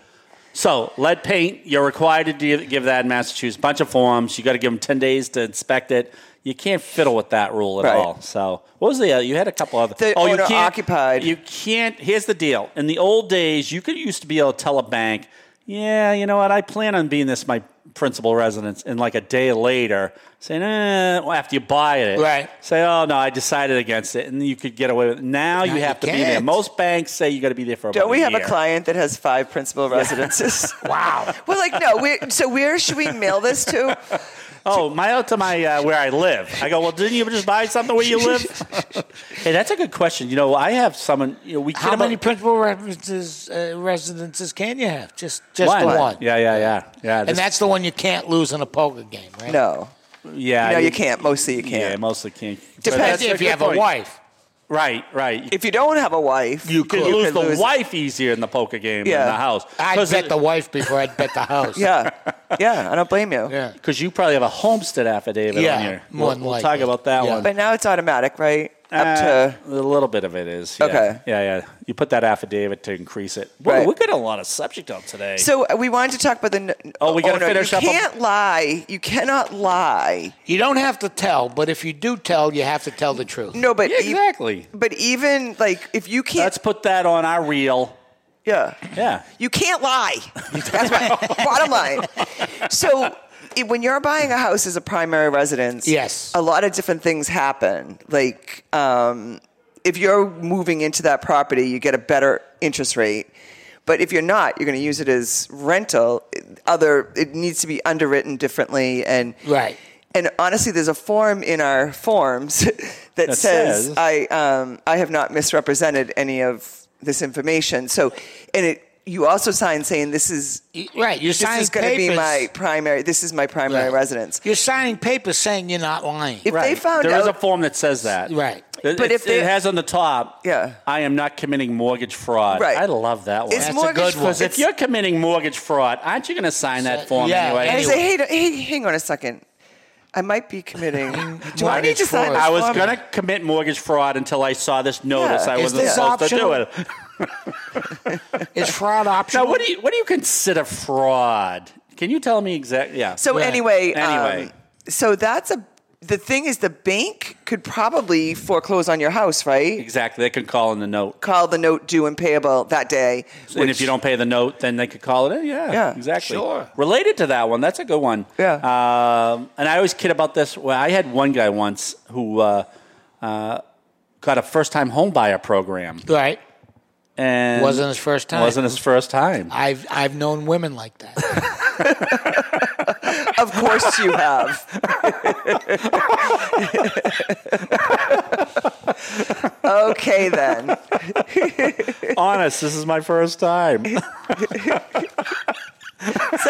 [SPEAKER 4] So, lead paint, you're required to do- give that in Massachusetts. Bunch of forms. You got to give them 10 days to inspect it. You can't fiddle with that rule at
[SPEAKER 5] Right.
[SPEAKER 4] all. So, what was the other? You had a couple other. Oh,
[SPEAKER 5] The
[SPEAKER 4] you
[SPEAKER 5] owner
[SPEAKER 4] can't-
[SPEAKER 5] occupied.
[SPEAKER 4] You can't. Here's the deal. In the old days, you could used to be able to tell a bank, yeah, you know what? I plan on being this my principal residence. And like a day later, saying, eh, well, after you buy it,
[SPEAKER 6] Right.
[SPEAKER 4] say, oh, no, I decided against it. And you could get away with it. Now you
[SPEAKER 6] you
[SPEAKER 4] have to be
[SPEAKER 6] can't.
[SPEAKER 4] there. Most banks say you got to be there for about
[SPEAKER 5] Don't we have a
[SPEAKER 4] year.
[SPEAKER 5] client that has five principal
[SPEAKER 4] <laughs>
[SPEAKER 5] residences?
[SPEAKER 6] Wow.
[SPEAKER 5] We're like, no. we so where should we mail this to?
[SPEAKER 4] Oh, my out to my uh, where I live. I go. Well, didn't you just buy something
[SPEAKER 6] <laughs>
[SPEAKER 4] where you live? hey, that's a good question. You know, I have someone. You know, we kid
[SPEAKER 6] How many
[SPEAKER 4] about,
[SPEAKER 6] principal references uh, residences can you have? Just just
[SPEAKER 4] one.
[SPEAKER 6] the one.
[SPEAKER 4] Yeah, yeah, yeah, yeah.
[SPEAKER 6] And that's the one you can't lose in a poker game, right?
[SPEAKER 5] No,
[SPEAKER 4] yeah.
[SPEAKER 5] no, you can't. Mostly, you
[SPEAKER 4] Yeah,
[SPEAKER 5] can't.
[SPEAKER 4] mostly can't. But
[SPEAKER 5] Depends
[SPEAKER 4] that's
[SPEAKER 6] That's if
[SPEAKER 4] good
[SPEAKER 6] you have
[SPEAKER 4] point.
[SPEAKER 6] a wife.
[SPEAKER 4] Right, right. You,
[SPEAKER 5] if you don't have a wife, you
[SPEAKER 4] could lose the wife easier in the poker game
[SPEAKER 5] Yeah.
[SPEAKER 4] than the house.
[SPEAKER 6] I'd bet the wife before I'd bet the house.
[SPEAKER 5] Yeah, yeah. I don't blame you.
[SPEAKER 6] Yeah.
[SPEAKER 4] because you probably have a homestead affidavit
[SPEAKER 6] Yeah,
[SPEAKER 4] on here.
[SPEAKER 6] more
[SPEAKER 4] we'll,
[SPEAKER 6] than
[SPEAKER 4] we'll talk
[SPEAKER 6] likely.
[SPEAKER 4] about that
[SPEAKER 6] Yeah.
[SPEAKER 4] one.
[SPEAKER 5] But now it's automatic, right? Up to
[SPEAKER 4] Uh, a little bit of it is. Yeah.
[SPEAKER 5] Okay.
[SPEAKER 4] Yeah, yeah. You put that affidavit to increase it. Whoa,
[SPEAKER 5] Right.
[SPEAKER 4] We're getting a lot of subject on today.
[SPEAKER 5] So uh, we wanted to talk about the. n-
[SPEAKER 4] Oh, we gotta
[SPEAKER 5] owner.
[SPEAKER 4] finish
[SPEAKER 5] You
[SPEAKER 4] up a-
[SPEAKER 5] can't lie. You cannot lie.
[SPEAKER 6] You don't have to tell, but if you do tell, you have to tell the truth.
[SPEAKER 5] No, but
[SPEAKER 4] Yeah,
[SPEAKER 5] e-
[SPEAKER 4] exactly.
[SPEAKER 5] but even like if you can't,
[SPEAKER 4] Let's put that on our reel.
[SPEAKER 5] yeah,
[SPEAKER 4] Yeah.
[SPEAKER 5] you can't lie. <laughs> That's my bottom line. So i- when you're buying a house as a primary residence,
[SPEAKER 6] Yes.
[SPEAKER 5] a lot of different things happen. Like um, if you're moving into that property, you get a better interest rate. But if you're not, you're going to use it as rental. Other, it needs to be underwritten differently, and
[SPEAKER 6] Right.
[SPEAKER 5] And honestly, there's a form in our forms <laughs> that, says,
[SPEAKER 4] says-
[SPEAKER 5] I um, I have not misrepresented any of this information. So, and it you also sign saying this is
[SPEAKER 6] Y- Right, you're
[SPEAKER 5] this
[SPEAKER 6] signing
[SPEAKER 5] is going to be
[SPEAKER 6] papers-
[SPEAKER 5] my primary. This is my primary
[SPEAKER 6] Right.
[SPEAKER 5] residence.
[SPEAKER 6] You're signing papers saying you're not lying.
[SPEAKER 5] If they found
[SPEAKER 4] There is a
[SPEAKER 5] out,
[SPEAKER 4] form that says that.
[SPEAKER 6] Right.
[SPEAKER 4] It,
[SPEAKER 5] But
[SPEAKER 4] it,
[SPEAKER 5] if they-
[SPEAKER 4] it has on the top,
[SPEAKER 5] Yeah.
[SPEAKER 4] I am not committing mortgage fraud.
[SPEAKER 5] Right.
[SPEAKER 4] I love that one.
[SPEAKER 5] it's
[SPEAKER 6] a
[SPEAKER 5] mortgage
[SPEAKER 6] good one.
[SPEAKER 5] fraud.
[SPEAKER 4] Because if
[SPEAKER 5] It's-
[SPEAKER 4] you're committing mortgage fraud, aren't you going to sign that form
[SPEAKER 6] yeah,
[SPEAKER 4] anyway?
[SPEAKER 5] and I
[SPEAKER 6] anyway.
[SPEAKER 5] say, hey, hey, hang on a second. I might be committing. Do I need
[SPEAKER 6] Mortgage
[SPEAKER 5] to sign?
[SPEAKER 6] fraud.
[SPEAKER 5] this
[SPEAKER 4] I was
[SPEAKER 5] form?
[SPEAKER 4] going to commit mortgage fraud until I saw this notice.
[SPEAKER 5] Yeah.
[SPEAKER 4] I
[SPEAKER 5] Is
[SPEAKER 4] wasn't
[SPEAKER 6] this
[SPEAKER 4] supposed
[SPEAKER 6] optional?
[SPEAKER 4] to do it.
[SPEAKER 6] It's fraud optional.
[SPEAKER 4] Now, what do you what do you consider fraud? Can you tell me exactly? Yeah.
[SPEAKER 5] So
[SPEAKER 6] Yeah.
[SPEAKER 5] anyway,
[SPEAKER 4] Anyway.
[SPEAKER 5] Um, so that's a the thing is the bank could probably foreclose on your house, right?
[SPEAKER 4] exactly, they can call in the note,
[SPEAKER 5] Call the note due and payable that day.
[SPEAKER 4] and if you don't pay the note, then they could call it in. Yeah.
[SPEAKER 5] Yeah.
[SPEAKER 4] Exactly.
[SPEAKER 6] Sure.
[SPEAKER 4] Related to that one, that's a good one.
[SPEAKER 5] Yeah.
[SPEAKER 4] Um, and I always kid about this. Well, I had one guy once who uh, uh, got a first time home buyer program,
[SPEAKER 6] Right.
[SPEAKER 4] and
[SPEAKER 6] Wasn't his first time.
[SPEAKER 4] Wasn't his first time.
[SPEAKER 6] I've I've known women like that.
[SPEAKER 5] Of course you have. okay then.
[SPEAKER 4] <laughs> Honest, this is my first time.
[SPEAKER 5] So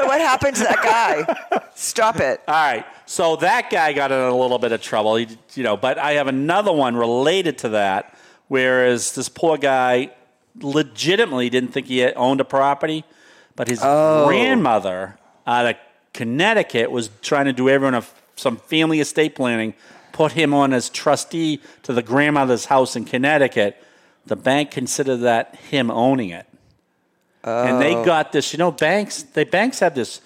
[SPEAKER 5] what happened to that guy? Stop it.
[SPEAKER 4] <laughs> All right. So that guy got in a little bit of trouble, he, you know. But I have another one related to that. Whereas this poor guy legitimately didn't think he had owned a property, but his grandmother out of Connecticut was trying to do everyone a, some family estate planning, put him on as trustee to the grandmother's house in Connecticut. The bank considered that him owning it. And they got this, you know, banks, they banks have this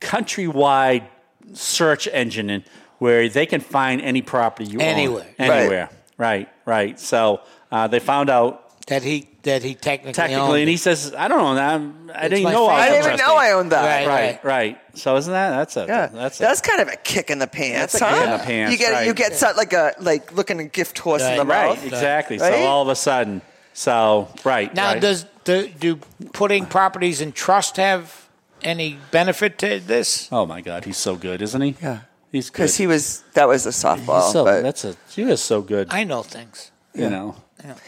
[SPEAKER 4] countrywide search engine in, where they can find any property you
[SPEAKER 6] Anywhere.
[SPEAKER 4] own. Anywhere. Right, right. So uh, they found out
[SPEAKER 6] that he that he technically
[SPEAKER 4] technically,
[SPEAKER 6] owned
[SPEAKER 4] and he
[SPEAKER 6] it.
[SPEAKER 4] says, I don't know, I'm, I didn't
[SPEAKER 6] my
[SPEAKER 4] know
[SPEAKER 5] I
[SPEAKER 4] I was
[SPEAKER 6] family.
[SPEAKER 5] didn't
[SPEAKER 4] a
[SPEAKER 5] even
[SPEAKER 4] trustee."
[SPEAKER 5] know I owned that.
[SPEAKER 6] Right.
[SPEAKER 4] Right, right. So isn't that, that's a,
[SPEAKER 5] Yeah,
[SPEAKER 4] that's
[SPEAKER 5] that's,
[SPEAKER 4] a,
[SPEAKER 5] kind of a kick in the pants,
[SPEAKER 4] That's a
[SPEAKER 5] huh?
[SPEAKER 4] kick in the pants,
[SPEAKER 5] You get
[SPEAKER 4] right.
[SPEAKER 5] you get some- like a like looking a gift horse in the
[SPEAKER 4] right,
[SPEAKER 5] mouth.
[SPEAKER 4] exactly.
[SPEAKER 5] Right?
[SPEAKER 4] So all of a sudden, so, right.
[SPEAKER 6] Now,
[SPEAKER 4] right.
[SPEAKER 6] does do, do putting properties in trust have any benefit to this?
[SPEAKER 4] Oh my God, he's so good, isn't he?
[SPEAKER 5] Yeah.
[SPEAKER 4] He's good.
[SPEAKER 5] Because he was that was a softball.
[SPEAKER 4] He's so,
[SPEAKER 5] but-
[SPEAKER 4] that's a, he is so good.
[SPEAKER 6] I know things.
[SPEAKER 4] you know.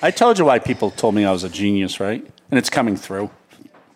[SPEAKER 4] I told you why people told me I was a genius, right? And it's coming through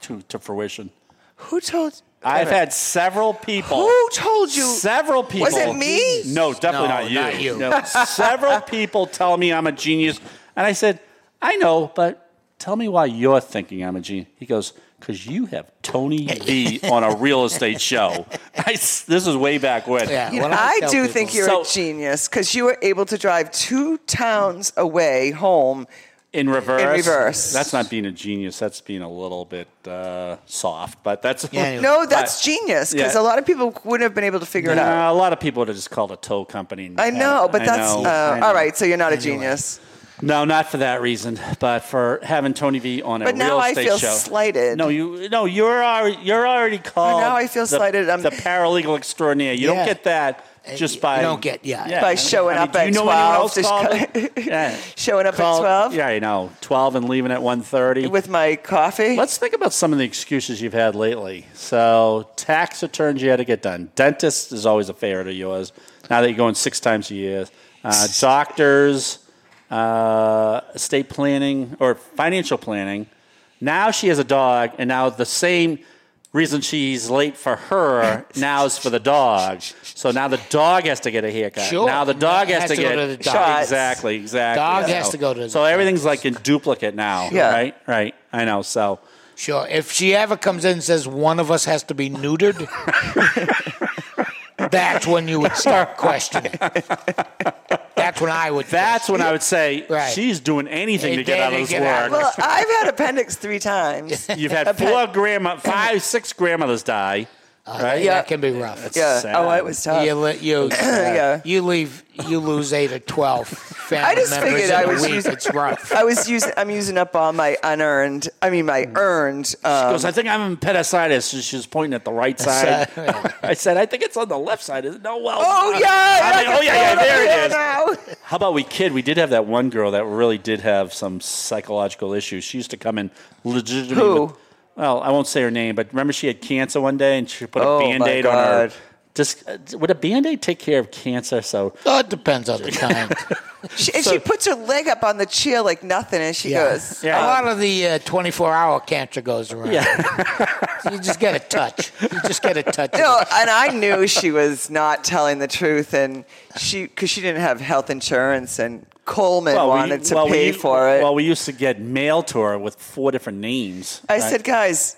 [SPEAKER 4] to, to fruition.
[SPEAKER 5] who told?
[SPEAKER 4] I've had several people.
[SPEAKER 5] Who told you?
[SPEAKER 4] Several people.
[SPEAKER 5] Was it me?
[SPEAKER 4] No, definitely
[SPEAKER 6] No,
[SPEAKER 4] not you.
[SPEAKER 6] not you.
[SPEAKER 4] No,
[SPEAKER 5] <laughs>
[SPEAKER 4] several people tell me I'm a genius, and I said, "I know, but tell me why you're thinking I'm a genius." He goes, "Because you have Tony
[SPEAKER 5] <laughs>
[SPEAKER 4] V on a real estate show." I s this is way back when.
[SPEAKER 6] Yeah,
[SPEAKER 5] You
[SPEAKER 6] when
[SPEAKER 5] know, I,
[SPEAKER 6] tell
[SPEAKER 5] do
[SPEAKER 6] people-
[SPEAKER 5] think you're
[SPEAKER 4] So-
[SPEAKER 5] a genius because you were able to drive two towns away home.
[SPEAKER 4] In reverse.
[SPEAKER 5] reverse.
[SPEAKER 4] That's not being a genius. That's being a little bit uh, soft, but that's
[SPEAKER 6] Yeah, anyway.
[SPEAKER 5] No, that's
[SPEAKER 4] But-
[SPEAKER 5] genius because
[SPEAKER 4] Yeah.
[SPEAKER 5] a lot of people wouldn't have been able to figure it out.
[SPEAKER 4] Uh, a lot of people would have just called a tow company. and-
[SPEAKER 5] I know, but
[SPEAKER 4] I
[SPEAKER 5] that's
[SPEAKER 4] know,
[SPEAKER 5] uh,
[SPEAKER 4] I know.
[SPEAKER 5] all right. So you're not a genius.
[SPEAKER 4] No, not for that reason, but for having Tony V on a
[SPEAKER 5] But
[SPEAKER 4] real
[SPEAKER 5] now I
[SPEAKER 4] estate
[SPEAKER 5] feel
[SPEAKER 4] show.
[SPEAKER 5] slighted.
[SPEAKER 4] No, you no, you're already you're already called.
[SPEAKER 5] now I feel
[SPEAKER 4] the-
[SPEAKER 5] slighted. I'm-
[SPEAKER 4] the paralegal extraordinaire. You
[SPEAKER 6] Yeah. Uh,
[SPEAKER 4] don't get that just by
[SPEAKER 6] you don't get- yeah.
[SPEAKER 5] By
[SPEAKER 4] I mean-
[SPEAKER 5] showing
[SPEAKER 4] I mean,
[SPEAKER 5] up
[SPEAKER 4] do you
[SPEAKER 5] at
[SPEAKER 4] know anyone
[SPEAKER 5] 12,
[SPEAKER 4] else
[SPEAKER 5] just
[SPEAKER 4] called
[SPEAKER 5] co- <laughs>
[SPEAKER 4] it? yeah.
[SPEAKER 5] Showing up
[SPEAKER 4] Called-
[SPEAKER 5] at twelve
[SPEAKER 4] Yeah, I know. Twelve and leaving at one thirty.
[SPEAKER 5] with my coffee.
[SPEAKER 4] Let's think about some of the excuses you've had lately. So, tax returns you had to get done. Dentist is always a favorite of yours. Now that you're going six times a year, uh, doctors, uh, estate planning or financial planning. Now she has a dog, and now the same reason she's late for her now is for the dog. So now the dog has to get a haircut.
[SPEAKER 6] Sure.
[SPEAKER 4] Now the dog has, to,
[SPEAKER 6] go
[SPEAKER 4] get
[SPEAKER 6] to the dog.
[SPEAKER 5] Shots.
[SPEAKER 4] exactly, exactly.
[SPEAKER 6] Dog
[SPEAKER 4] So-
[SPEAKER 6] has to go to the
[SPEAKER 4] So everything's like in duplicate now.
[SPEAKER 5] Yeah.
[SPEAKER 4] Right. Right. I know. So.
[SPEAKER 6] Sure. If she ever comes in and says one of us has to be
[SPEAKER 5] <laughs>
[SPEAKER 6] neutered, that's when you would start questioning. That's when I would.
[SPEAKER 4] That's when I would say
[SPEAKER 6] Right.
[SPEAKER 4] she's doing anything
[SPEAKER 6] Hey,
[SPEAKER 4] to get out of
[SPEAKER 6] Danny,
[SPEAKER 4] this
[SPEAKER 6] get out.
[SPEAKER 4] work.
[SPEAKER 5] Well, I've had appendix three times.
[SPEAKER 4] You've had four grandma, five, six grandmothers die.
[SPEAKER 6] right?
[SPEAKER 5] Yeah.
[SPEAKER 6] That can be rough.
[SPEAKER 5] yeah.
[SPEAKER 4] sad.
[SPEAKER 5] Oh, it was tough.
[SPEAKER 6] You, li- you, uh,
[SPEAKER 5] Yeah.
[SPEAKER 6] you leave, you lose eight or 12 family
[SPEAKER 5] <laughs> I just
[SPEAKER 6] members
[SPEAKER 5] figured
[SPEAKER 6] in
[SPEAKER 5] I
[SPEAKER 6] a
[SPEAKER 5] was
[SPEAKER 6] week.
[SPEAKER 5] using-
[SPEAKER 6] It's rough.
[SPEAKER 5] I was using. I'm using up all my unearned. I mean, my
[SPEAKER 4] Mm.
[SPEAKER 5] earned. Um,
[SPEAKER 4] Because I think I'm in appendicitis. and She's pointing at the right side. <laughs> I said, I think it's on the left side. Is it? No, well.
[SPEAKER 5] oh
[SPEAKER 4] uh,
[SPEAKER 5] yeah.
[SPEAKER 4] I
[SPEAKER 5] I
[SPEAKER 4] mean, oh
[SPEAKER 5] can
[SPEAKER 4] yeah,
[SPEAKER 5] feel
[SPEAKER 4] yeah. There
[SPEAKER 5] here
[SPEAKER 4] it is.
[SPEAKER 5] Now.
[SPEAKER 4] How about we kid? We did have that one girl that really did have some psychological issues. She used to come in legitimately.
[SPEAKER 5] Who?
[SPEAKER 4] with- well, I won't say her name, but remember she had cancer one day and she put
[SPEAKER 5] Oh,
[SPEAKER 4] a
[SPEAKER 5] my
[SPEAKER 4] band aid on her
[SPEAKER 5] God.
[SPEAKER 4] Does, uh, would a band aid take care of cancer? So
[SPEAKER 6] Oh, it depends
[SPEAKER 5] <laughs>
[SPEAKER 6] on the kind.
[SPEAKER 5] She, and she puts her leg up on the chair like nothing, and she goes,
[SPEAKER 4] Yeah.
[SPEAKER 6] A lot of the uh, 24 hour cancer goes around. <laughs> you just get a touch. You just get a touch.
[SPEAKER 5] <laughs> No, and I knew she was not telling the truth, and she because she didn't have health insurance, and Coleman
[SPEAKER 4] Well, we-
[SPEAKER 5] wanted to
[SPEAKER 4] well, we
[SPEAKER 5] pay
[SPEAKER 4] u-
[SPEAKER 5] for it.
[SPEAKER 4] Well, we used to get mail to her with four different names.
[SPEAKER 5] I
[SPEAKER 4] right?
[SPEAKER 5] said, guys,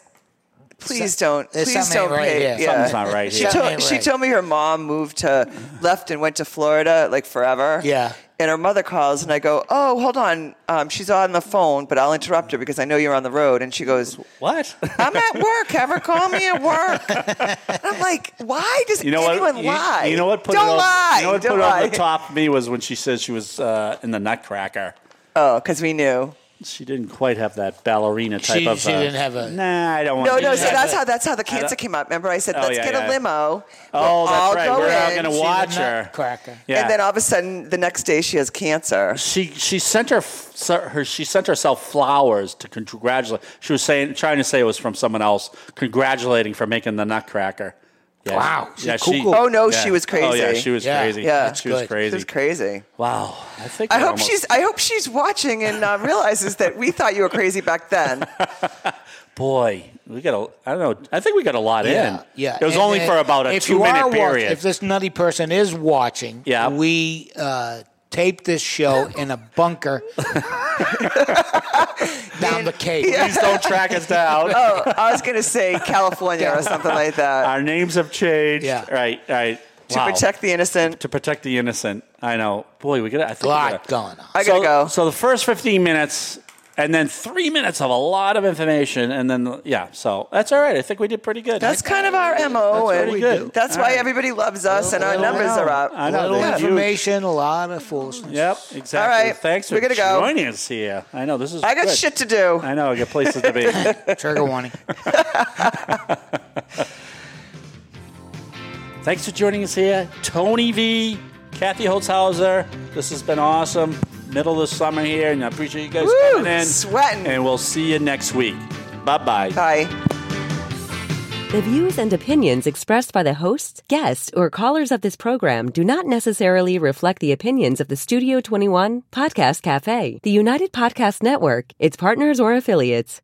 [SPEAKER 5] please don't,
[SPEAKER 6] there's
[SPEAKER 5] please
[SPEAKER 6] something
[SPEAKER 5] don't
[SPEAKER 6] right
[SPEAKER 5] pay.
[SPEAKER 6] here.
[SPEAKER 5] Yeah.
[SPEAKER 4] Something's not right
[SPEAKER 5] she
[SPEAKER 4] here.
[SPEAKER 5] told,
[SPEAKER 6] Something
[SPEAKER 5] she
[SPEAKER 6] right.
[SPEAKER 5] told me her mom moved to left and went to Florida like forever.
[SPEAKER 6] Yeah.
[SPEAKER 5] And her mother calls, and I go, "Oh, hold on, um, she's on the phone, but I'll interrupt her because I know you're on the road." And she goes,
[SPEAKER 4] "What?"
[SPEAKER 5] "I'm at work. Have her call me at work." And I'm like, "Why does
[SPEAKER 4] You know
[SPEAKER 5] anyone
[SPEAKER 4] what? You-
[SPEAKER 5] lie?
[SPEAKER 4] You, know what? Put
[SPEAKER 5] Don't
[SPEAKER 4] it over,
[SPEAKER 5] lie.
[SPEAKER 4] You know what
[SPEAKER 5] Don't
[SPEAKER 4] put it
[SPEAKER 5] lie.
[SPEAKER 4] over the top of me was when she said she was uh, in the Nutcracker.
[SPEAKER 5] Oh, because we knew.
[SPEAKER 4] She didn't quite have that ballerina type
[SPEAKER 6] She-
[SPEAKER 4] of.
[SPEAKER 6] she
[SPEAKER 4] uh,
[SPEAKER 6] didn't have a-
[SPEAKER 4] Nah, I don't want.
[SPEAKER 5] No,
[SPEAKER 4] to
[SPEAKER 5] no.
[SPEAKER 4] do
[SPEAKER 5] So
[SPEAKER 4] that.
[SPEAKER 5] that's how that's how the cancer came up. Remember, I said,
[SPEAKER 4] Oh,
[SPEAKER 5] "Let's
[SPEAKER 4] yeah,
[SPEAKER 5] get
[SPEAKER 4] yeah,
[SPEAKER 5] a
[SPEAKER 4] yeah.
[SPEAKER 5] limo." We'll
[SPEAKER 4] Oh, that's
[SPEAKER 5] all
[SPEAKER 4] right.
[SPEAKER 5] go
[SPEAKER 4] We're all
[SPEAKER 5] in."
[SPEAKER 4] gonna
[SPEAKER 6] See the
[SPEAKER 4] watch her.
[SPEAKER 6] nutcracker.
[SPEAKER 4] Yeah.
[SPEAKER 5] And then all of a sudden, the next day, she has cancer.
[SPEAKER 4] she she sent her, so- her she sent herself flowers to congratulate. She was saying trying to say it was from someone else, congratulating for making the Nutcracker. Yeah,
[SPEAKER 6] Wow,
[SPEAKER 4] she-
[SPEAKER 6] she's
[SPEAKER 4] yeah, she-
[SPEAKER 6] cuckoo.
[SPEAKER 5] Oh, no, she was
[SPEAKER 4] Oh yeah,
[SPEAKER 5] crazy.
[SPEAKER 4] she was
[SPEAKER 6] Yeah.
[SPEAKER 4] crazy.
[SPEAKER 5] Yeah.
[SPEAKER 4] she was
[SPEAKER 6] Good.
[SPEAKER 4] crazy.
[SPEAKER 5] It was crazy.
[SPEAKER 4] Wow, I think
[SPEAKER 5] I
[SPEAKER 4] we're
[SPEAKER 5] hope
[SPEAKER 4] almost-
[SPEAKER 5] she's. I hope she's watching and uh, realizes that we thought you were crazy
[SPEAKER 4] <laughs>
[SPEAKER 5] back then.
[SPEAKER 4] boy. We got a. I don't know. I think we got a lot in.
[SPEAKER 6] Yeah, yeah.
[SPEAKER 4] It was
[SPEAKER 6] And
[SPEAKER 4] only
[SPEAKER 6] then
[SPEAKER 4] for about a
[SPEAKER 6] if you
[SPEAKER 4] two minute
[SPEAKER 6] are watch-
[SPEAKER 4] period.
[SPEAKER 6] if this nutty person is watching,
[SPEAKER 4] Yeah.
[SPEAKER 6] we uh, taped this show in a bunker down the Cape.
[SPEAKER 4] Please don't track us
[SPEAKER 6] <laughs>
[SPEAKER 4] down.
[SPEAKER 5] Oh, I was going to say California or something like that
[SPEAKER 4] Our names have changed.
[SPEAKER 6] Yeah.
[SPEAKER 4] Right. Right.
[SPEAKER 5] to
[SPEAKER 4] Wow.
[SPEAKER 5] protect the innocent.
[SPEAKER 4] to protect the innocent. I know. Boy, we got. I think
[SPEAKER 6] A
[SPEAKER 4] we gotta-
[SPEAKER 6] lot going on.
[SPEAKER 5] I gotta
[SPEAKER 4] so,
[SPEAKER 5] go.
[SPEAKER 4] So the first 15 minutes and then three minutes of a lot of information. And then, yeah, so that's all right. I think we did pretty good.
[SPEAKER 5] That's kind of our mo,
[SPEAKER 4] That's what
[SPEAKER 5] and
[SPEAKER 4] we do.
[SPEAKER 5] that's
[SPEAKER 4] All
[SPEAKER 5] why
[SPEAKER 4] right.
[SPEAKER 5] everybody loves us, and our
[SPEAKER 6] Little-
[SPEAKER 5] numbers are up.
[SPEAKER 4] I know,
[SPEAKER 6] Little
[SPEAKER 4] they're huge.
[SPEAKER 6] information, a lot of foolishness.
[SPEAKER 4] Yep, exactly.
[SPEAKER 5] All right,
[SPEAKER 4] Thanks for
[SPEAKER 5] we gotta go.
[SPEAKER 4] joining us here. I know this is.
[SPEAKER 5] I got
[SPEAKER 4] good.
[SPEAKER 5] shit to do.
[SPEAKER 4] I know. I got places to be.
[SPEAKER 5] <laughs>
[SPEAKER 6] Trigger warning.
[SPEAKER 4] Thanks for joining us here, Tony V, Kathy Holzhauser. This has been awesome. Middle of the summer here, and I appreciate you guys
[SPEAKER 5] Woo,
[SPEAKER 4] coming in.
[SPEAKER 5] sweating.
[SPEAKER 4] And we'll see you next week. Bye-bye.
[SPEAKER 5] Bye.
[SPEAKER 1] The views and opinions expressed by the hosts, guests, or callers of this program do not necessarily reflect the opinions of the Studio 21 Podcast Cafe, the United Podcast Network, its partners, or affiliates.